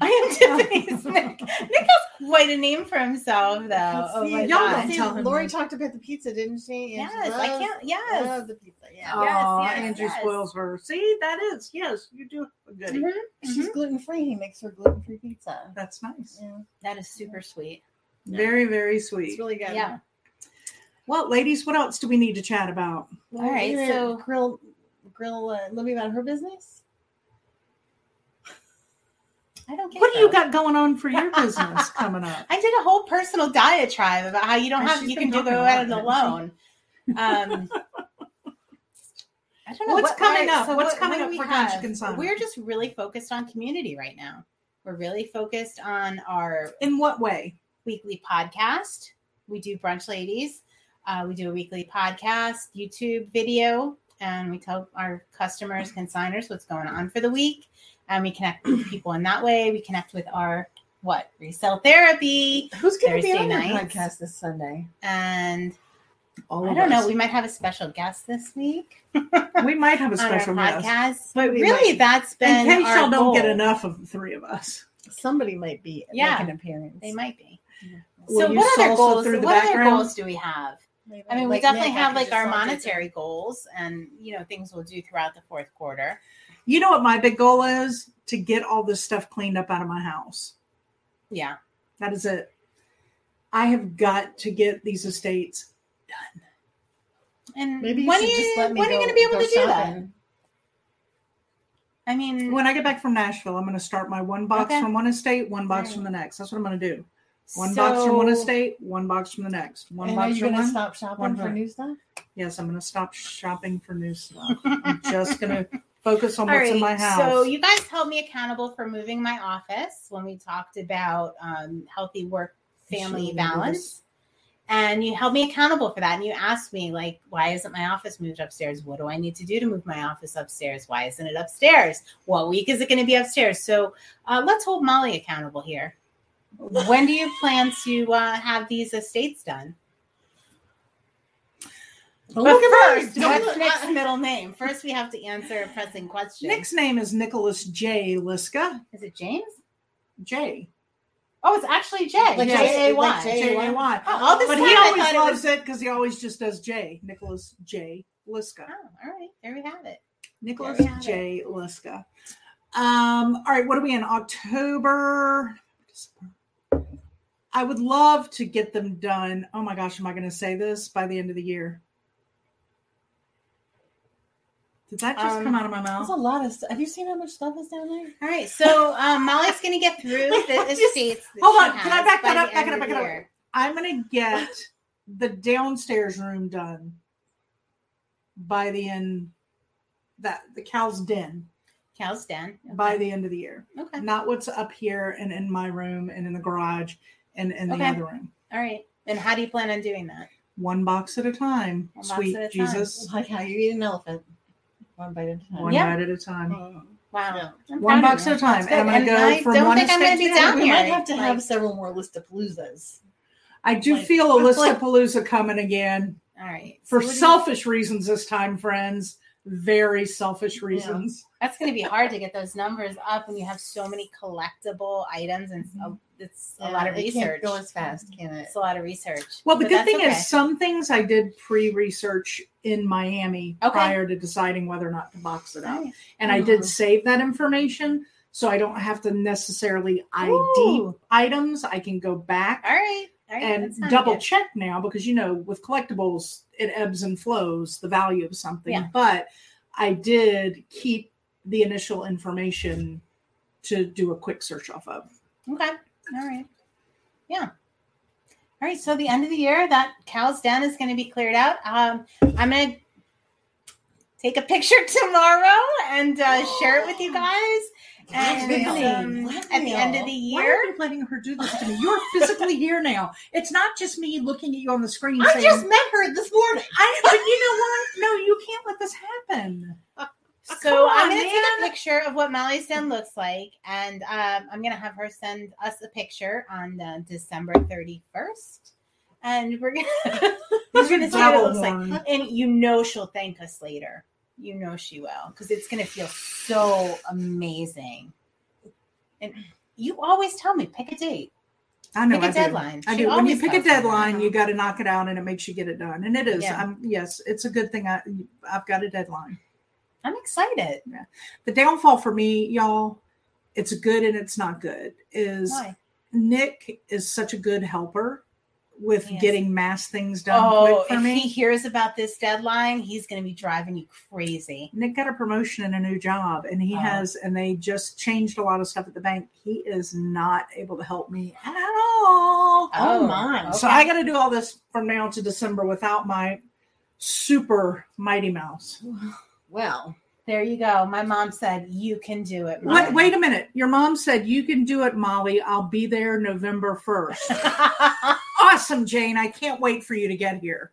Speaker 3: I am
Speaker 2: [LAUGHS]
Speaker 3: Tiffany's Nick. Nick has quite a name for himself, though.
Speaker 4: Let's
Speaker 3: Oh
Speaker 4: see.
Speaker 3: my
Speaker 2: y'all
Speaker 3: God.
Speaker 2: don't
Speaker 3: [LAUGHS]
Speaker 2: tell him
Speaker 4: Lori
Speaker 2: this.
Speaker 4: talked about the pizza, didn't she? And she
Speaker 3: Yes, I
Speaker 4: loves-
Speaker 3: can't. Yes.
Speaker 4: loves the pizza. Yeah,
Speaker 3: Oh, yes,
Speaker 2: Aw,
Speaker 3: yes,
Speaker 2: Andrew
Speaker 3: yes.
Speaker 2: spoils her. See, that is yes, you do a goodie.
Speaker 3: Mhm.
Speaker 4: she's gluten free. He makes her gluten free pizza.
Speaker 2: That's nice.
Speaker 4: Yeah,
Speaker 3: That is super sweet.
Speaker 2: Very, very sweet.
Speaker 4: it's really good.
Speaker 3: Yeah.
Speaker 2: well, ladies, what else do we need to chat about?
Speaker 4: Well,
Speaker 3: All right,
Speaker 4: you're gonna
Speaker 3: so-
Speaker 4: grill, grill, uh, Libby about her business.
Speaker 3: I don't get
Speaker 2: What do you
Speaker 3: those.
Speaker 2: got going on for your
Speaker 3: [LAUGHS]
Speaker 2: business coming up?
Speaker 3: I did a whole personal diatribe about how you don't
Speaker 2: And
Speaker 3: have
Speaker 2: she's
Speaker 3: you
Speaker 2: been
Speaker 3: can do
Speaker 2: talking
Speaker 3: go
Speaker 2: a
Speaker 3: at it
Speaker 2: lot,
Speaker 3: alone. Um, I don't know
Speaker 2: What's
Speaker 3: what-
Speaker 2: coming
Speaker 3: all
Speaker 2: up? What's coming
Speaker 3: do
Speaker 2: up
Speaker 3: we
Speaker 2: for Conscious
Speaker 3: have?
Speaker 2: Consignment?
Speaker 3: We're just really focused on community right now. We're really focused on our
Speaker 2: In what way?
Speaker 3: weekly podcast. We do brunch ladies. Uh, we do a weekly podcast, YouTube video, and we tell our customers, consigners, what's going on for the week. And we
Speaker 2: [CLEARS THROAT]
Speaker 3: connect with people in that way. We connect with our what resale therapy,
Speaker 4: Who's going to be
Speaker 3: Thursday
Speaker 4: on your
Speaker 3: nights.
Speaker 4: podcast this Sunday?
Speaker 3: and
Speaker 2: All
Speaker 3: I
Speaker 2: of
Speaker 3: don't know.
Speaker 2: us.
Speaker 3: We might have a special guest this week
Speaker 2: We might have a
Speaker 3: [LAUGHS] on our
Speaker 2: special
Speaker 3: podcast,
Speaker 2: guest.
Speaker 3: but
Speaker 2: We
Speaker 3: really, that's
Speaker 2: In
Speaker 3: been
Speaker 2: case
Speaker 3: our
Speaker 2: y'all don't get
Speaker 3: goal.
Speaker 2: enough of the three of us.
Speaker 4: Somebody might be
Speaker 3: Yeah,
Speaker 4: make an appearance.
Speaker 3: They might be.
Speaker 2: Will
Speaker 3: so,
Speaker 2: you
Speaker 3: what other
Speaker 2: salsa
Speaker 3: goals?
Speaker 2: through the
Speaker 3: What other
Speaker 2: background?
Speaker 3: goals do we have? I mean, we
Speaker 4: Like
Speaker 3: definitely
Speaker 4: Nick, I
Speaker 3: have
Speaker 4: could
Speaker 3: like
Speaker 4: just
Speaker 3: our
Speaker 4: watch it.
Speaker 3: monetary goals and you know things we'll do throughout the fourth quarter.
Speaker 2: You know what my big goal is? To get all this stuff cleaned up out of my house.
Speaker 3: Yeah.
Speaker 2: That is it. I have got to get these estates.
Speaker 3: And
Speaker 4: Maybe you
Speaker 3: when
Speaker 4: should
Speaker 3: are you,
Speaker 4: just let me
Speaker 3: when
Speaker 4: go,
Speaker 3: are you going to be able
Speaker 4: go
Speaker 3: to do that?
Speaker 4: shopping.
Speaker 3: I mean,
Speaker 2: When I get back from Nashville, I'm going to start my one box
Speaker 3: Okay.
Speaker 2: from one estate, one box
Speaker 3: Alright.
Speaker 2: from the next. That's what I'm going to do. One box from one
Speaker 3: so-
Speaker 2: estate, one box from the next. One
Speaker 4: and are
Speaker 2: box
Speaker 4: you
Speaker 2: from
Speaker 4: going to
Speaker 2: one.
Speaker 4: stop shopping
Speaker 2: one
Speaker 4: for
Speaker 2: front.
Speaker 4: new stuff?
Speaker 2: Yes, I'm going to stop shopping for new stuff. I'm just
Speaker 3: [LAUGHS]
Speaker 2: going to focus on
Speaker 3: All
Speaker 2: what's
Speaker 3: right.
Speaker 2: in my house.
Speaker 3: So you guys held me accountable for moving my office when we talked about um, healthy work family
Speaker 2: Sure,
Speaker 3: balance. And you held me accountable for that. And you asked me, like, why isn't my office moved upstairs? What do I need to do to move my office upstairs? Why isn't it upstairs? What week is it going to be upstairs? So uh, let's hold Molly accountable here. When do you plan to uh, have these estates done?
Speaker 4: But
Speaker 3: first,
Speaker 4: don't
Speaker 3: what's [LAUGHS]
Speaker 4: look- uh,
Speaker 3: Nick's
Speaker 4: I-
Speaker 3: middle name? First, we have to answer a pressing question.
Speaker 2: Nick's name is Nicholas J. Liska.
Speaker 3: Is it James?
Speaker 2: J.
Speaker 3: Oh, it's actually J.
Speaker 4: Like
Speaker 3: Yes.
Speaker 4: J A
Speaker 2: Like
Speaker 4: Y.
Speaker 2: J A Y.
Speaker 3: Oh, all this
Speaker 2: But
Speaker 3: time
Speaker 2: he
Speaker 3: I
Speaker 2: always
Speaker 3: thought it
Speaker 2: loves
Speaker 3: was.
Speaker 2: it because he always just does J. Nicholas J. Liska.
Speaker 3: Oh, all right, there we have it.
Speaker 2: Nicholas
Speaker 3: There we have
Speaker 2: J. Liska. Um, all right, what are we in? October. I would love to get them done. Oh my gosh, am I gonna say this by the end of the year? Did that just
Speaker 3: Um,
Speaker 2: come out of my
Speaker 4: That's
Speaker 2: mouth?
Speaker 4: a lot of stuff. Have you seen how much stuff is down there?
Speaker 3: All right, so um, Molly's going to
Speaker 2: [LAUGHS]
Speaker 3: get through the estates. that
Speaker 2: hold
Speaker 3: she
Speaker 2: on, can I
Speaker 3: has
Speaker 2: back
Speaker 3: by
Speaker 2: that up,
Speaker 3: the
Speaker 2: back
Speaker 3: end
Speaker 2: it up,
Speaker 3: of
Speaker 2: back it
Speaker 3: the
Speaker 2: up?
Speaker 3: year.
Speaker 2: I'm gonna get the downstairs room done by the end that the cow's den
Speaker 3: Cal's den.
Speaker 2: by the end of the year.
Speaker 3: okay.
Speaker 2: Not what's up here and in my room and in the garage and in the
Speaker 3: Okay.
Speaker 2: other room.
Speaker 3: All right. And how do you plan on doing that?
Speaker 2: One box at a time.
Speaker 3: One box
Speaker 2: Sweet
Speaker 3: at a time.
Speaker 2: Jesus.
Speaker 4: Like how you eat an elephant. One bite at a time.
Speaker 2: One
Speaker 3: Yeah.
Speaker 2: bite at a time.
Speaker 3: Wow.
Speaker 4: Yeah.
Speaker 3: I'm
Speaker 2: One
Speaker 3: proud
Speaker 2: box
Speaker 3: of
Speaker 2: at
Speaker 3: you.
Speaker 2: a time.
Speaker 3: That's
Speaker 2: And I'm
Speaker 3: good.
Speaker 2: gonna
Speaker 3: And
Speaker 2: go
Speaker 3: I
Speaker 2: from
Speaker 3: don't
Speaker 2: one
Speaker 3: think I'm gonna
Speaker 2: estate
Speaker 3: be
Speaker 2: to the other.
Speaker 3: down
Speaker 4: We might
Speaker 3: here,
Speaker 4: have to have
Speaker 3: like-
Speaker 4: several more listapaloozas.
Speaker 2: I do
Speaker 4: Like-
Speaker 2: feel a
Speaker 4: I feel
Speaker 2: list
Speaker 4: like-
Speaker 2: of Palooza coming again
Speaker 3: All right. So
Speaker 2: for
Speaker 3: what do you-
Speaker 2: selfish reasons this time, friends. Very selfish reasons.
Speaker 3: that's going to be hard to get those numbers up when you have so many collectible items and
Speaker 2: Mm-hmm.
Speaker 3: so- it's a lot of
Speaker 4: it
Speaker 3: research.
Speaker 4: Can't go as fast, can it?
Speaker 3: It's a lot of research.
Speaker 2: Well, the
Speaker 3: But
Speaker 2: good
Speaker 3: that's
Speaker 2: thing
Speaker 3: okay.
Speaker 2: is some things I did pre-research in Miami
Speaker 3: Okay.
Speaker 2: prior to deciding whether or not to box it up.
Speaker 3: Nice.
Speaker 2: And I did save that information so I don't have to necessarily ID
Speaker 3: Ooh.
Speaker 2: items. I can go back
Speaker 3: All right. All right.
Speaker 2: and
Speaker 3: that sounds
Speaker 2: double
Speaker 3: good.
Speaker 2: check now because you know with collectibles it ebbs and flows the value of something.
Speaker 3: Yeah.
Speaker 2: But I did keep the initial information to do a quick search off of.
Speaker 3: Okay. All right. Yeah. All right. So the end of the year, that cow's den is going to be cleared out. Um, I'm going to take a picture [LAUGHS] tomorrow and uh, share it with you guys. And
Speaker 4: Really?
Speaker 3: um, at the end of the
Speaker 2: Why are
Speaker 3: year,
Speaker 2: you letting her do this to me? You're physically here now. It's not just me looking at you on the screen
Speaker 4: I
Speaker 2: saying,
Speaker 4: just met her this morning.
Speaker 2: I, but you know what? No, you can't let this happen.
Speaker 3: so
Speaker 2: Oh, Come
Speaker 3: I'm
Speaker 2: on,
Speaker 3: going to take a
Speaker 2: man.
Speaker 3: picture of what Molly's den looks like, and um, I'm going to have her send us a picture on uh, December 31st, and we're going [LAUGHS] to we're going to see what it
Speaker 2: Double
Speaker 3: looks like.
Speaker 2: horn.
Speaker 3: and you know she'll thank us later. You know she will because it's gonna feel so amazing. And you always tell me pick a date,
Speaker 2: I know.
Speaker 3: pick a
Speaker 2: I do.
Speaker 3: deadline.
Speaker 2: I
Speaker 3: She
Speaker 2: do. When you
Speaker 3: always
Speaker 2: pick a
Speaker 3: tells me that.
Speaker 2: deadline, you got to knock it out, and it makes you get it done. And it is.
Speaker 3: Yeah.
Speaker 2: I'm yes, it's a good thing. I I've got a deadline.
Speaker 3: I'm excited.
Speaker 2: The downfall for me, y'all, it's good and it's not good. Is
Speaker 3: Why?
Speaker 2: Nick is such a good helper with
Speaker 3: He is.
Speaker 2: getting mass things done
Speaker 3: Oh,
Speaker 2: quick for
Speaker 3: if
Speaker 2: me.
Speaker 3: he hears about this deadline, he's gonna be driving you crazy.
Speaker 2: Nick got a promotion and a new job, and he
Speaker 3: Oh.
Speaker 2: has, and they just changed a lot of stuff at the bank. He is not able to help me at all.
Speaker 4: Oh, my.
Speaker 3: okay.
Speaker 2: So I got to do all this from now to December without my super mighty mouse.
Speaker 4: Well,
Speaker 3: there you go. My mom said you can do it.
Speaker 2: What?
Speaker 3: Mom." [LAUGHS]
Speaker 2: Wait a minute. Your mom said you can do it, Molly. I'll be there November 1st.
Speaker 3: Oh
Speaker 2: awesome, Jane. I can't wait for you to get here.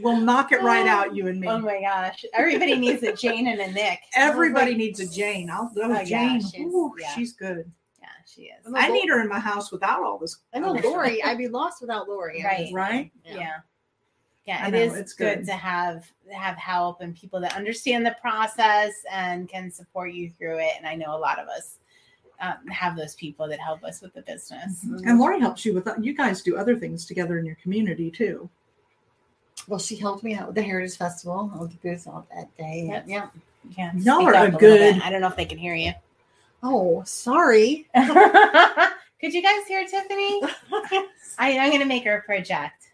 Speaker 2: We'll knock it right out, you and me.
Speaker 3: oh my gosh! Everybody needs a Jane and a Nick.
Speaker 2: Everybody needs a Jane. I'll go
Speaker 3: Oh, yeah,
Speaker 2: Jane.
Speaker 3: she's-
Speaker 2: Ooh,
Speaker 3: yeah.
Speaker 2: she's good.
Speaker 3: Yeah, she is.
Speaker 4: I'm a
Speaker 2: I
Speaker 4: Lor-
Speaker 2: need her in Oh my house without all this.
Speaker 4: I
Speaker 3: Oh,
Speaker 4: [LAUGHS] know
Speaker 2: other
Speaker 4: Lori. I'd be lost without Lori.
Speaker 3: Right.
Speaker 2: Right?
Speaker 3: yeah
Speaker 4: Yeah.
Speaker 3: yeah,
Speaker 2: I
Speaker 3: it
Speaker 2: know,
Speaker 3: is
Speaker 2: it's
Speaker 3: good.
Speaker 2: good.
Speaker 3: to have have help and people that understand the process and can support you through it and i know a lot of us um, have those people that help us with the business
Speaker 4: Mm-hmm.
Speaker 2: And Lori helps you with you guys do other things together in your community too.
Speaker 4: Well, she helped me out with the Heritage Festival. I'll give you all that day.
Speaker 3: Yep.
Speaker 4: Yeah.
Speaker 3: yeah
Speaker 2: Y'all
Speaker 3: speak
Speaker 2: are
Speaker 3: up
Speaker 2: a
Speaker 3: little
Speaker 2: good-
Speaker 3: bit. i don't know if they can hear
Speaker 2: [LAUGHS]
Speaker 3: you [LAUGHS]
Speaker 4: Oh, sorry.
Speaker 3: could you guys hear
Speaker 2: [LAUGHS]
Speaker 3: tiffany I, i'm gonna make her project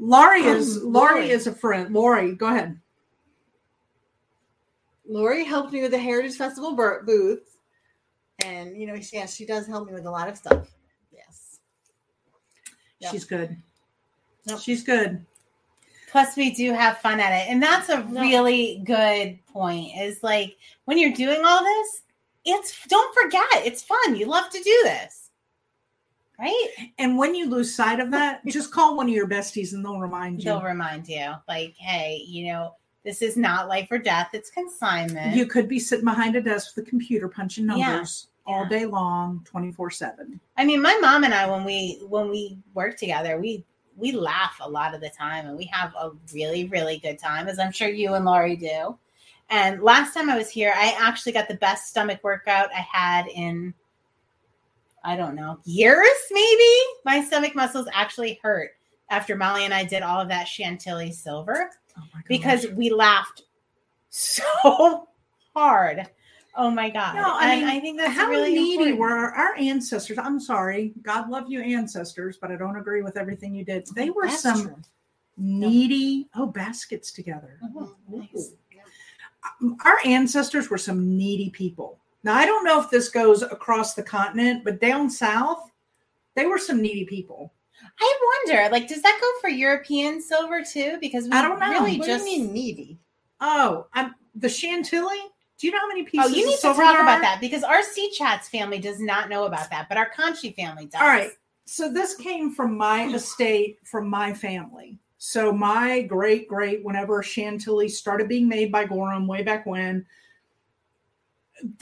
Speaker 2: Laurie
Speaker 3: Oh,
Speaker 2: is
Speaker 4: Um,
Speaker 2: Laurie,
Speaker 4: Lori.
Speaker 2: is a friend. Laurie, go ahead.
Speaker 4: Lori helped me with the Heritage Festival bur- booth. And, you know, she, yeah, she does help me with a lot of stuff. Yes. Yep.
Speaker 2: She's good.
Speaker 4: Yep.
Speaker 2: She's good.
Speaker 3: plus we do have fun at it and that's a
Speaker 4: No.
Speaker 3: really good point is like when you're doing all this it's don't forget it's fun you love to do this right
Speaker 2: And when you lose sight of
Speaker 3: [LAUGHS]
Speaker 2: that, just call one of your besties and they'll remind you.
Speaker 3: they'll remind you like hey you know this is not life or death it's consignment
Speaker 2: you could be sitting behind a desk with a computer punching
Speaker 3: Yeah.
Speaker 2: numbers all
Speaker 3: Yeah.
Speaker 2: day long, 24/7.
Speaker 3: i mean my mom and i when we when we work together we we laugh a lot of the time and we have a really really good time as i'm sure you and laurie do and last time i was here i actually got the best stomach workout i had in I don't know, years maybe, my stomach muscles actually hurt after Molly and I did all of that Chantilly silver
Speaker 2: Oh my gosh.
Speaker 3: because we laughed [LAUGHS] so hard. Oh my god!
Speaker 2: No, I
Speaker 3: And
Speaker 2: mean,
Speaker 3: I think that's
Speaker 2: how
Speaker 3: really
Speaker 2: needy
Speaker 3: important.
Speaker 2: were our ancestors? I'm sorry, God love you, ancestors, but I don't agree with everything you did. They were
Speaker 4: That's
Speaker 2: some
Speaker 4: true.
Speaker 2: needy. Oh, baskets together. Uh,
Speaker 4: Mhm.
Speaker 2: Mm-hmm.
Speaker 4: Nice.
Speaker 2: Our ancestors were some needy people. Now I don't know if this goes across the continent, but down south, they were some needy people.
Speaker 3: I wonder, like, does that go for European silver too? Because we
Speaker 2: I don't know.
Speaker 3: really
Speaker 4: What
Speaker 3: just
Speaker 4: do you mean needy?
Speaker 2: Oh, I'm, the Chantilly. Do you know how many pieces?
Speaker 3: Oh, you
Speaker 2: of
Speaker 3: need to
Speaker 2: silver
Speaker 3: talk
Speaker 2: there
Speaker 3: about
Speaker 2: are?
Speaker 3: that because our Sea Chats family does not know about that, but our Conchi family does.
Speaker 2: All right. So this came from my estate, from my family. So my great great, whenever Chantilly started being made by Gorham way back when,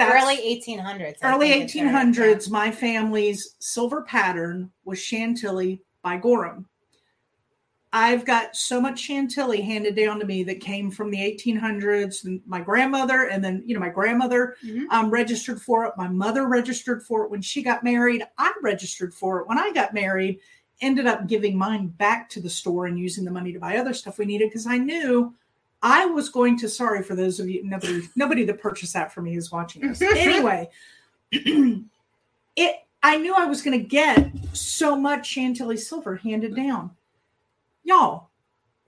Speaker 3: early 1800s. I
Speaker 2: early
Speaker 3: think it started.
Speaker 2: 1800s, my family's silver pattern was Chantilly by Gorham. I've got so much Chantilly handed down to me that came from the 1800s. and My grandmother, and then, you know, my grandmother
Speaker 3: Mhm.
Speaker 2: um, registered for it. My mother registered for it when she got married. I registered for it when I got married. Ended up giving mine back to the store and using the money to buy other stuff we needed because I knew I was going to. Sorry for those of you, nobody, nobody that purchased that for me is watching this.
Speaker 3: [LAUGHS]
Speaker 4: [LAUGHS]
Speaker 2: anyway, it I knew I was going to get so much Chantilly silver handed down. Y'all,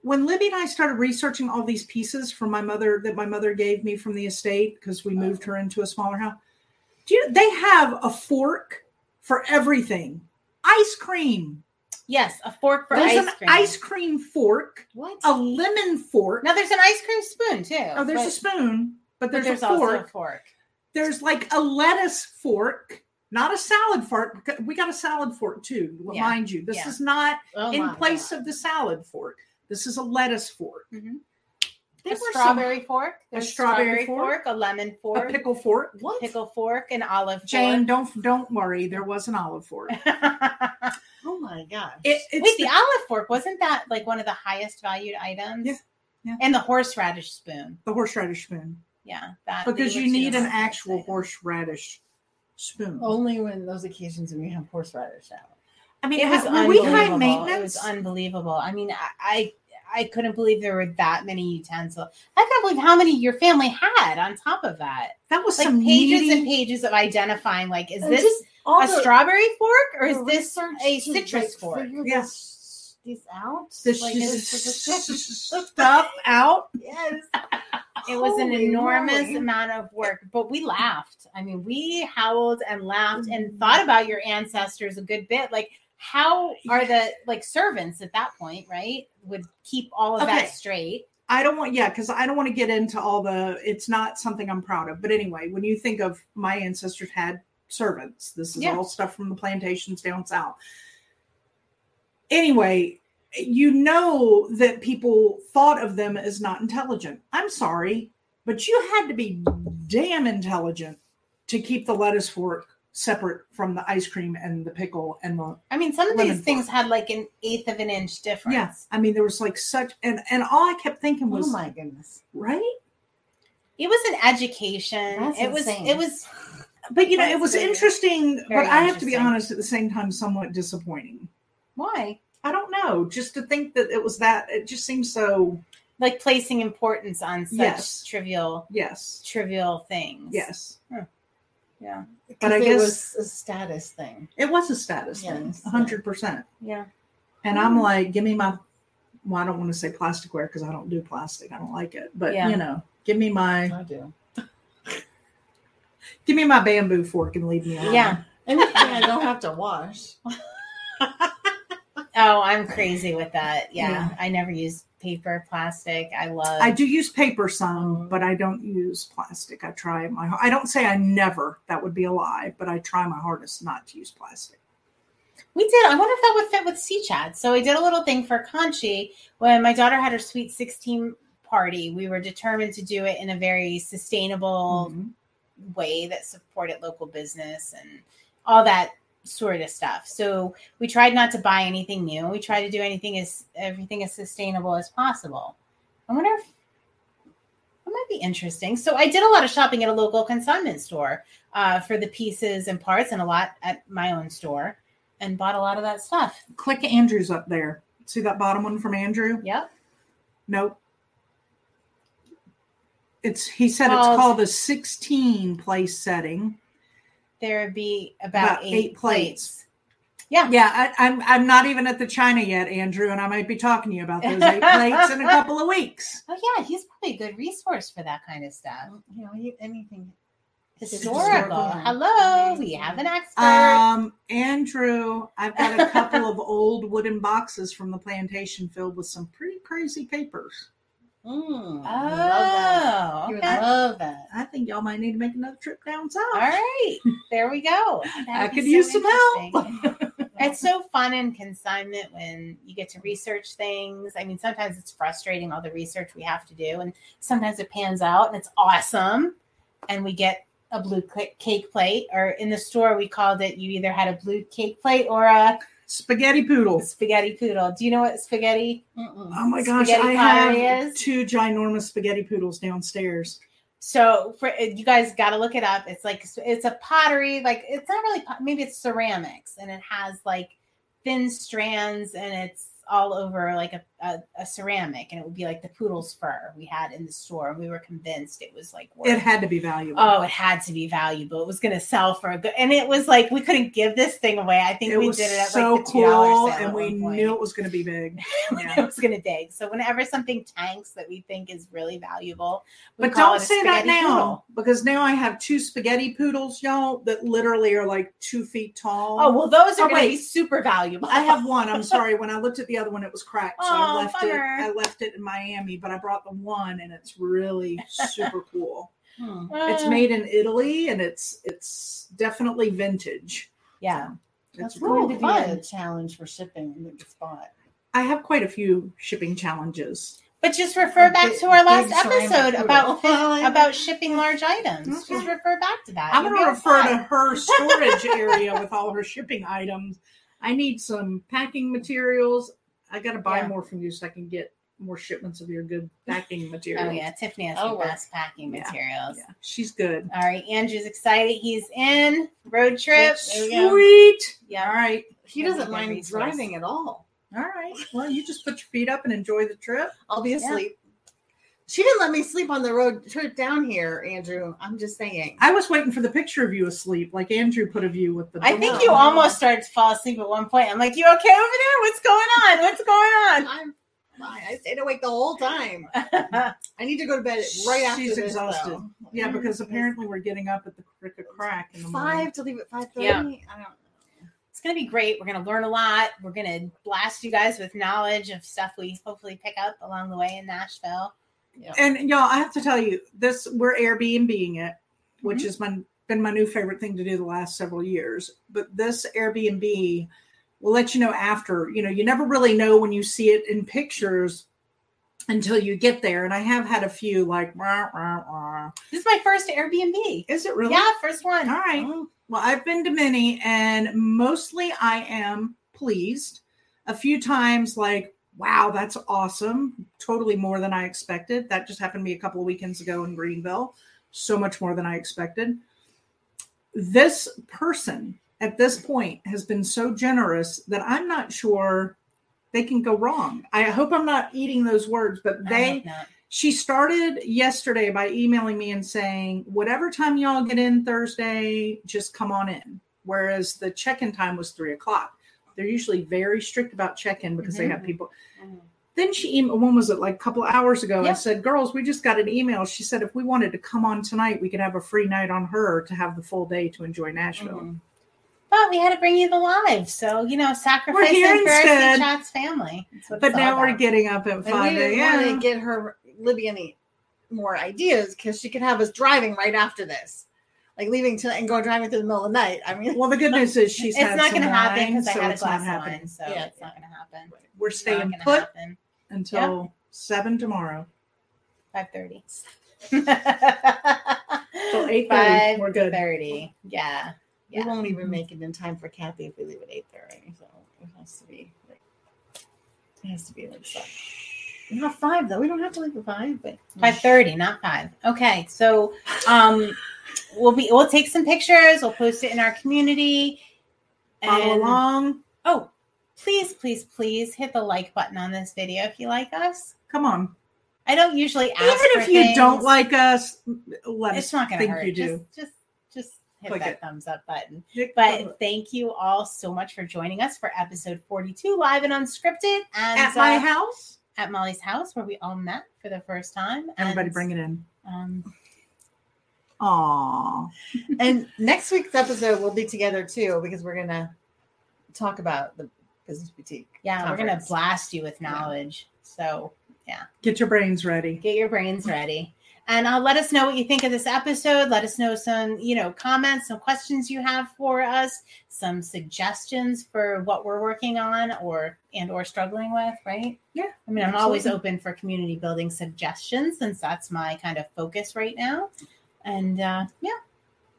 Speaker 2: when Libby and I started researching all these pieces from my mother that my mother gave me from the estate because we moved her into a smaller house, do you, they have a fork for everything? Ice cream.
Speaker 3: Yes, a fork for
Speaker 2: There's
Speaker 3: ice
Speaker 2: an
Speaker 3: cream.
Speaker 2: ice cream fork,
Speaker 4: What?
Speaker 2: a lemon fork.
Speaker 3: Now there's an ice cream spoon too.
Speaker 2: oh, there's
Speaker 3: but-
Speaker 2: a spoon, but
Speaker 3: but
Speaker 2: there's,
Speaker 3: there's
Speaker 2: a
Speaker 3: also
Speaker 2: fork
Speaker 3: a fork.
Speaker 2: there's like a lettuce fork, not a salad fork. We got a salad fork too,
Speaker 3: Yeah.
Speaker 2: remind you. This
Speaker 3: Yeah.
Speaker 2: is not
Speaker 4: Oh,
Speaker 2: in
Speaker 4: my
Speaker 2: place
Speaker 4: God.
Speaker 2: of the salad fork. This is a lettuce fork.
Speaker 3: Mhm.
Speaker 2: They
Speaker 3: a
Speaker 2: were some-
Speaker 3: strawberry fork.
Speaker 2: a
Speaker 3: There's
Speaker 2: strawberry fork,
Speaker 3: a lemon
Speaker 2: a
Speaker 3: fork,
Speaker 2: pickle fork.
Speaker 4: what?
Speaker 3: pickle fork, an olive [LAUGHS]
Speaker 2: Jane, don't don't worry. There was an olive fork.
Speaker 3: fork.
Speaker 4: Oh my gosh.
Speaker 2: It, it's
Speaker 3: Wait, the,
Speaker 2: the-
Speaker 3: olive fork wasn't that like one of the highest valued items?
Speaker 2: Yeah, yeah.
Speaker 3: And the horseradish spoon.
Speaker 2: the horseradish spoon
Speaker 3: Yeah, that
Speaker 2: because
Speaker 3: they
Speaker 2: you
Speaker 3: were two
Speaker 2: need
Speaker 3: of
Speaker 2: an
Speaker 3: the highest
Speaker 2: actual
Speaker 3: items.
Speaker 2: horseradish spoon.
Speaker 3: Oh,
Speaker 4: Only when those occasions when you have horseradish out.
Speaker 2: I mean,
Speaker 3: It was
Speaker 2: were we high
Speaker 3: unbelievable. It
Speaker 2: maintenance?
Speaker 3: was unbelievable. I mean, I, I I couldn't believe there were that many utensils. I can't believe how many your family had on top of that.
Speaker 2: that was
Speaker 3: Like
Speaker 2: some
Speaker 3: pages
Speaker 2: needy-
Speaker 3: and pages of identifying. Like, is
Speaker 4: And
Speaker 3: this
Speaker 4: just all
Speaker 3: a
Speaker 4: the-
Speaker 3: strawberry fork or
Speaker 4: the
Speaker 3: is this
Speaker 4: research
Speaker 3: a
Speaker 4: to,
Speaker 3: citrus
Speaker 4: like,
Speaker 3: fork?
Speaker 4: figure
Speaker 2: Yeah.
Speaker 4: this- These out.
Speaker 2: this
Speaker 4: Like,
Speaker 2: just
Speaker 4: is this-
Speaker 3: [LAUGHS]
Speaker 2: stuff out.
Speaker 4: yes.
Speaker 3: It was an
Speaker 4: Holy
Speaker 3: enormous
Speaker 4: moly.
Speaker 3: amount of work, but we laughed. I mean, we howled and laughed and thought about your ancestors a good bit. Like, how are the like servants at that point, right? Would keep all of
Speaker 2: Okay.
Speaker 3: that straight.
Speaker 2: I don't want, yeah, because I don't want to get into all the, it's not something I'm proud of. But anyway, when you think of my ancestors had servants, this is
Speaker 3: Yeah.
Speaker 2: all stuff from the plantations down south. Anyway, you know that people thought of them as not intelligent. I'm sorry, but you had to be damn intelligent to keep the lettuce fork separate from the ice cream and the pickle and the
Speaker 3: I mean, some of
Speaker 2: Lemon
Speaker 3: these things had like an eighth of an inch difference.
Speaker 2: yeah i mean there was like such and and all i kept thinking was
Speaker 4: Oh my goodness.
Speaker 2: right
Speaker 3: It was an education.
Speaker 4: That's
Speaker 3: it was
Speaker 4: insane.
Speaker 3: it was
Speaker 2: But you know, it
Speaker 3: That's
Speaker 2: was
Speaker 3: very-
Speaker 2: interesting,
Speaker 3: very
Speaker 2: but I have to be
Speaker 3: interesting.
Speaker 2: honest at the same time, somewhat disappointing.
Speaker 3: why?
Speaker 2: I don't know, just to think that it was that, it just seems so,
Speaker 3: Like placing importance on such
Speaker 2: Yes.
Speaker 3: trivial
Speaker 2: yes,
Speaker 3: trivial things.
Speaker 2: yes.
Speaker 3: Yeah.
Speaker 2: But I
Speaker 4: it
Speaker 2: guess-
Speaker 4: was a status thing.
Speaker 2: It was a status thing,
Speaker 4: Yes, yeah.
Speaker 2: 100%.
Speaker 3: Yeah.
Speaker 2: And
Speaker 3: Mm-hmm.
Speaker 2: I'm like, give me my, well, I don't want to say plasticware because I don't do plastic. I don't like it, but
Speaker 3: Yeah.
Speaker 2: you know, give me my,
Speaker 4: I do.
Speaker 2: give me my bamboo fork and leave me alone.
Speaker 3: Yeah.
Speaker 4: And I don't have to [LAUGHS] wash.
Speaker 3: Oh, I'm crazy with that. Yeah.
Speaker 2: Yeah.
Speaker 3: I never use paper, plastic. I love
Speaker 2: I do use paper
Speaker 3: Mm-hmm.
Speaker 2: some, but I don't use plastic. I try my, I don't say I never, that would be a lie, but I try my hardest not to use plastic.
Speaker 3: We did. I wonder if that would fit with Sea Chat. So we did a little thing for Conchi when my daughter had her sweet 16 party. We were determined to do it in a very sustainable
Speaker 2: Mm-hmm.
Speaker 3: way that supported local business and all that sort of stuff. So we tried not to buy anything new. We tried to do anything as everything as sustainable as possible. I wonder if that might be interesting. So I did a lot of shopping at a local consignment store. uh, for the pieces and parts and a lot at my own store and bought a lot of that stuff.
Speaker 2: Click Andrew's up there. See that bottom one from Andrew?
Speaker 3: Yep.
Speaker 2: Nope. It's he said
Speaker 3: Called-
Speaker 2: it's called a 16 place setting.
Speaker 3: There would be about,
Speaker 2: About
Speaker 3: eight,
Speaker 2: eight plates.
Speaker 3: plates. Yeah.
Speaker 2: Yeah, I, I'm I'm not even at the China yet, Andrew, and I might be talking to you about those eight plates
Speaker 3: [LAUGHS]
Speaker 2: in a couple of weeks.
Speaker 3: Oh, yeah. He's probably a good resource for that kind of stuff.
Speaker 4: You know, you, anything.
Speaker 3: Historical.
Speaker 4: Historical.
Speaker 3: Hello. We have an expert.
Speaker 2: Um, Andrew, I've got a couple of old wooden boxes from the plantation filled with some pretty crazy papers.
Speaker 3: oh,
Speaker 4: Mm, I love that.
Speaker 2: Oh,
Speaker 4: You would
Speaker 3: okay.
Speaker 4: love that.
Speaker 2: I think y'all might need to make another trip down south.
Speaker 3: All right. There we go. That
Speaker 2: I
Speaker 3: would be
Speaker 2: could use some [LAUGHS]
Speaker 3: interesting. it's so fun in consignment when you get to research things. I mean, sometimes it's frustrating all the research we have to do, and sometimes it pans out and it's awesome. And we get a blue cl- cake plate, or in the store, we called it you either had a blue cake plate or a
Speaker 2: Spaghetti poodle.
Speaker 3: spaghetti poodle. Do you know what spaghetti?
Speaker 4: Mm-mm.
Speaker 2: Oh my gosh,
Speaker 3: Spaghetti
Speaker 2: I have
Speaker 3: pottery is?
Speaker 2: two ginormous spaghetti poodles downstairs.
Speaker 3: So for you guys, got to look it up. It's like it's a pottery, like it's not really pot, maybe it's ceramics, and it has like thin strands, and it's all over like a, a, a ceramic, and it would be like the poodle's fur we had in the store. We were convinced it was like worth
Speaker 2: It had to be valuable.
Speaker 3: oh, it had to be valuable. It was going to sell for a good, and it was like we couldn't give this thing away. I think
Speaker 2: it
Speaker 3: we
Speaker 2: was
Speaker 3: did it at
Speaker 2: so
Speaker 3: like the two
Speaker 2: cool,
Speaker 3: dollars,
Speaker 2: and we knew it was going to be big. Yeah.
Speaker 3: [LAUGHS] it was going to dig. So whenever something tanks that we think is really valuable, we
Speaker 2: But
Speaker 3: call
Speaker 2: don't
Speaker 3: it a
Speaker 2: say that
Speaker 3: spaghetti
Speaker 2: now
Speaker 3: poodle.
Speaker 2: because now I have two spaghetti poodles, y'all, that literally are like two feet tall.
Speaker 3: Oh well, those
Speaker 2: Oh,
Speaker 3: are going to
Speaker 2: wait.
Speaker 3: be super valuable.
Speaker 2: I
Speaker 3: [LAUGHS]
Speaker 2: have one. I'm sorry. When I looked at the other one, it was cracked, so I
Speaker 3: Oh,
Speaker 2: left it.
Speaker 3: bummer.
Speaker 2: I left it in Miami, but I brought the one, and it's really
Speaker 3: [LAUGHS]
Speaker 2: super cool.
Speaker 4: Hmm.
Speaker 2: It's
Speaker 3: Uh,
Speaker 2: made in Italy, and it's it's definitely vintage.
Speaker 3: Yeah,
Speaker 2: It's
Speaker 4: That's
Speaker 2: really
Speaker 4: going to be
Speaker 3: fun.
Speaker 4: a challenge for shipping that you spot.
Speaker 2: I have quite a few shipping challenges.
Speaker 3: but just refer
Speaker 4: A
Speaker 3: back
Speaker 4: big-
Speaker 3: to our
Speaker 4: big
Speaker 3: last
Speaker 4: ceramic
Speaker 3: episode
Speaker 4: poodle.
Speaker 2: [LAUGHS]
Speaker 3: about
Speaker 4: Well,
Speaker 3: about shipping large items. Just
Speaker 2: Okay.
Speaker 3: refer back to that.
Speaker 2: I'm
Speaker 3: You'll
Speaker 2: going to
Speaker 3: be
Speaker 2: refer
Speaker 3: okay.
Speaker 2: to her storage area with all her shipping items. I need some packing materials. I got to buy
Speaker 3: Yeah.
Speaker 2: more from you so I can get more shipments of your good packing material.
Speaker 3: Oh yeah, Tiffany has
Speaker 4: That'll
Speaker 3: the
Speaker 4: work.
Speaker 3: best packing
Speaker 2: Yeah.
Speaker 3: materials.
Speaker 2: Yeah, she's good.
Speaker 3: All right, Andrew's excited. He's in road trip.
Speaker 4: Yes. There we go.
Speaker 2: Sweet. All
Speaker 3: Yeah,
Speaker 2: right.
Speaker 4: He
Speaker 3: That'd be
Speaker 4: doesn't
Speaker 3: a good
Speaker 4: mind
Speaker 3: resource.
Speaker 4: driving at all.
Speaker 2: All right. Well, you just put your feet up and enjoy the trip.
Speaker 4: I'll be asleep. She didn't let me sleep on the road trip down here, Andrew. I'm just saying.
Speaker 2: I was waiting for the picture of you asleep, like Andrew put of you with the.
Speaker 3: I think you almost started to fall asleep at one point. I'm like, "You okay over there? What's going on? What's going
Speaker 4: I'm fine. I stayed awake the whole time.
Speaker 3: on?"
Speaker 4: I need to go to bed right after
Speaker 2: She's
Speaker 4: this, though.
Speaker 2: exhausted. Yeah, because apparently we're getting up at the crick of crack in the morning.
Speaker 4: five to leave at five thirty.
Speaker 3: Yeah.
Speaker 4: I don't.
Speaker 3: it's going to be great. We're going to learn a lot. We're going to blast you guys with knowledge of stuff we hopefully pick up along the way in Nashville.
Speaker 2: And y'all, I have to tell you, this we're Airbnbing it, which has been been my new favorite thing to do the last several years. But this Airbnb will let you know after. You know, you never really know when you see it in pictures until you get there. And I have had a few like, wah, wah, wah.
Speaker 3: This is my first Airbnb.
Speaker 2: is it really?
Speaker 3: Yeah, first one.
Speaker 2: All right.
Speaker 4: Oh.
Speaker 2: Well, I've been to many, and mostly I am pleased. A few times, like, wow, that's awesome. Totally more than I expected. That just happened to me a couple of weekends ago in Greenville. So much more than I expected. This person at this point has been so generous that I'm not sure they can go wrong. I hope I'm not eating those words, but
Speaker 3: I
Speaker 2: they
Speaker 3: hope not.
Speaker 2: she started yesterday by emailing me and saying, whatever time y'all get in Thursday, just come on in. Whereas the check in time was three o'clock. They're usually very strict about check in because they have
Speaker 3: Mm-hmm.
Speaker 2: people. Then she, em- when was it, like a couple hours ago, I
Speaker 3: Yeah.
Speaker 2: said, girls, we just got an email. She said, if we wanted to come on tonight, we could have a free night on her to have the full day to enjoy
Speaker 4: Mm-hmm.
Speaker 2: Nashville.
Speaker 3: Mhm. But we had to bring you the live. So, you know, sacrificing
Speaker 2: here
Speaker 3: for our
Speaker 2: instead.
Speaker 3: Chat's family. That's what
Speaker 2: But
Speaker 3: it's all
Speaker 2: now we're
Speaker 3: about.
Speaker 2: getting up at
Speaker 4: And we
Speaker 2: 5
Speaker 4: didn't want to
Speaker 2: a.m.
Speaker 4: get her Libby any more ideas because she could have us driving right after this, like leaving to and go driving through the middle of the night. I mean,
Speaker 2: Well, the good news is she's
Speaker 3: [LAUGHS] It's
Speaker 2: had
Speaker 3: not
Speaker 2: going to
Speaker 3: happen because I had a
Speaker 2: it's not
Speaker 3: glass of
Speaker 2: happening.
Speaker 3: wine. So
Speaker 4: Yeah,
Speaker 3: it's not going to happen.
Speaker 2: We're
Speaker 3: It's not
Speaker 2: staying
Speaker 3: gonna
Speaker 2: put
Speaker 3: happen.
Speaker 2: until seven tomorrow. [LAUGHS]
Speaker 3: [LAUGHS] 5.30. [GASPS]
Speaker 2: Till 8:30, we're good.
Speaker 3: 5.30. Yeah. Yeah.
Speaker 4: we won't even make it in time for Kathy if we leave at eight thirty. So it has to be. It has to be like seven. Not five though. We don't have to leave at five, but
Speaker 3: Five thirty, not five. Okay, so um, we'll be we'll take some pictures. We'll post it in our community.
Speaker 2: Follow
Speaker 3: and-
Speaker 2: along.
Speaker 3: Oh, please, please, please hit the like button on this video if you like us.
Speaker 2: Come on.
Speaker 3: I don't usually ask.
Speaker 2: Even
Speaker 3: for
Speaker 2: if you don't
Speaker 3: things.
Speaker 2: like us, let
Speaker 3: it's
Speaker 2: us
Speaker 3: not going to
Speaker 2: think
Speaker 3: hurt.
Speaker 2: you do.
Speaker 3: Just, just, just hit
Speaker 2: Click
Speaker 3: that
Speaker 2: it.
Speaker 3: thumbs up button.
Speaker 2: Dick-
Speaker 3: But thank you all so much for joining us for episode 42, live and unscripted, and
Speaker 2: at my
Speaker 3: uh,
Speaker 2: house,
Speaker 3: at Molly's house where we all met for the first time.
Speaker 2: everybody
Speaker 3: and,
Speaker 2: bring it in.
Speaker 3: Um,
Speaker 2: Aw.
Speaker 4: and next week's episode we'll be together too because we're gonna talk about the business boutique.
Speaker 3: yeah, we're gonna
Speaker 4: Conference.
Speaker 3: blast you with knowledge. So
Speaker 2: Get your brains ready.
Speaker 3: get your brains ready and uh, let us know what you think of this episode let us know some you know comments some questions you have for us some suggestions for what we're working on or and or struggling with right
Speaker 2: Yeah,
Speaker 3: i mean i'm always open for community building suggestions since that's my kind of focus right now and uh, yeah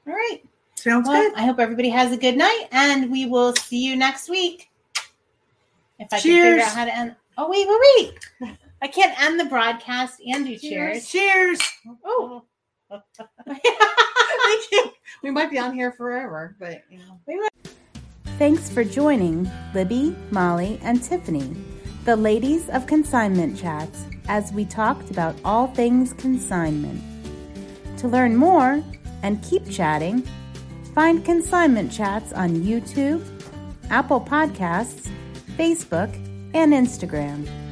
Speaker 3: all right
Speaker 2: Sounds
Speaker 3: well,
Speaker 2: good.
Speaker 3: i hope everybody has a good night and we will see you next week if i can figure
Speaker 2: Cheers.
Speaker 3: out how to end oh wait wait wait i can't end the broadcast and do cheers.
Speaker 2: Cheers.
Speaker 3: Oh,
Speaker 4: [LAUGHS] Thank you. We might be on here forever, but you know.
Speaker 1: Thanks for joining Libby, Molly, and Tiffany, the ladies of Consignment Chats, as we talked about all things consignment. To learn more and keep chatting, find Consignment Chats on YouTube, Apple Podcasts, Facebook, and Instagram.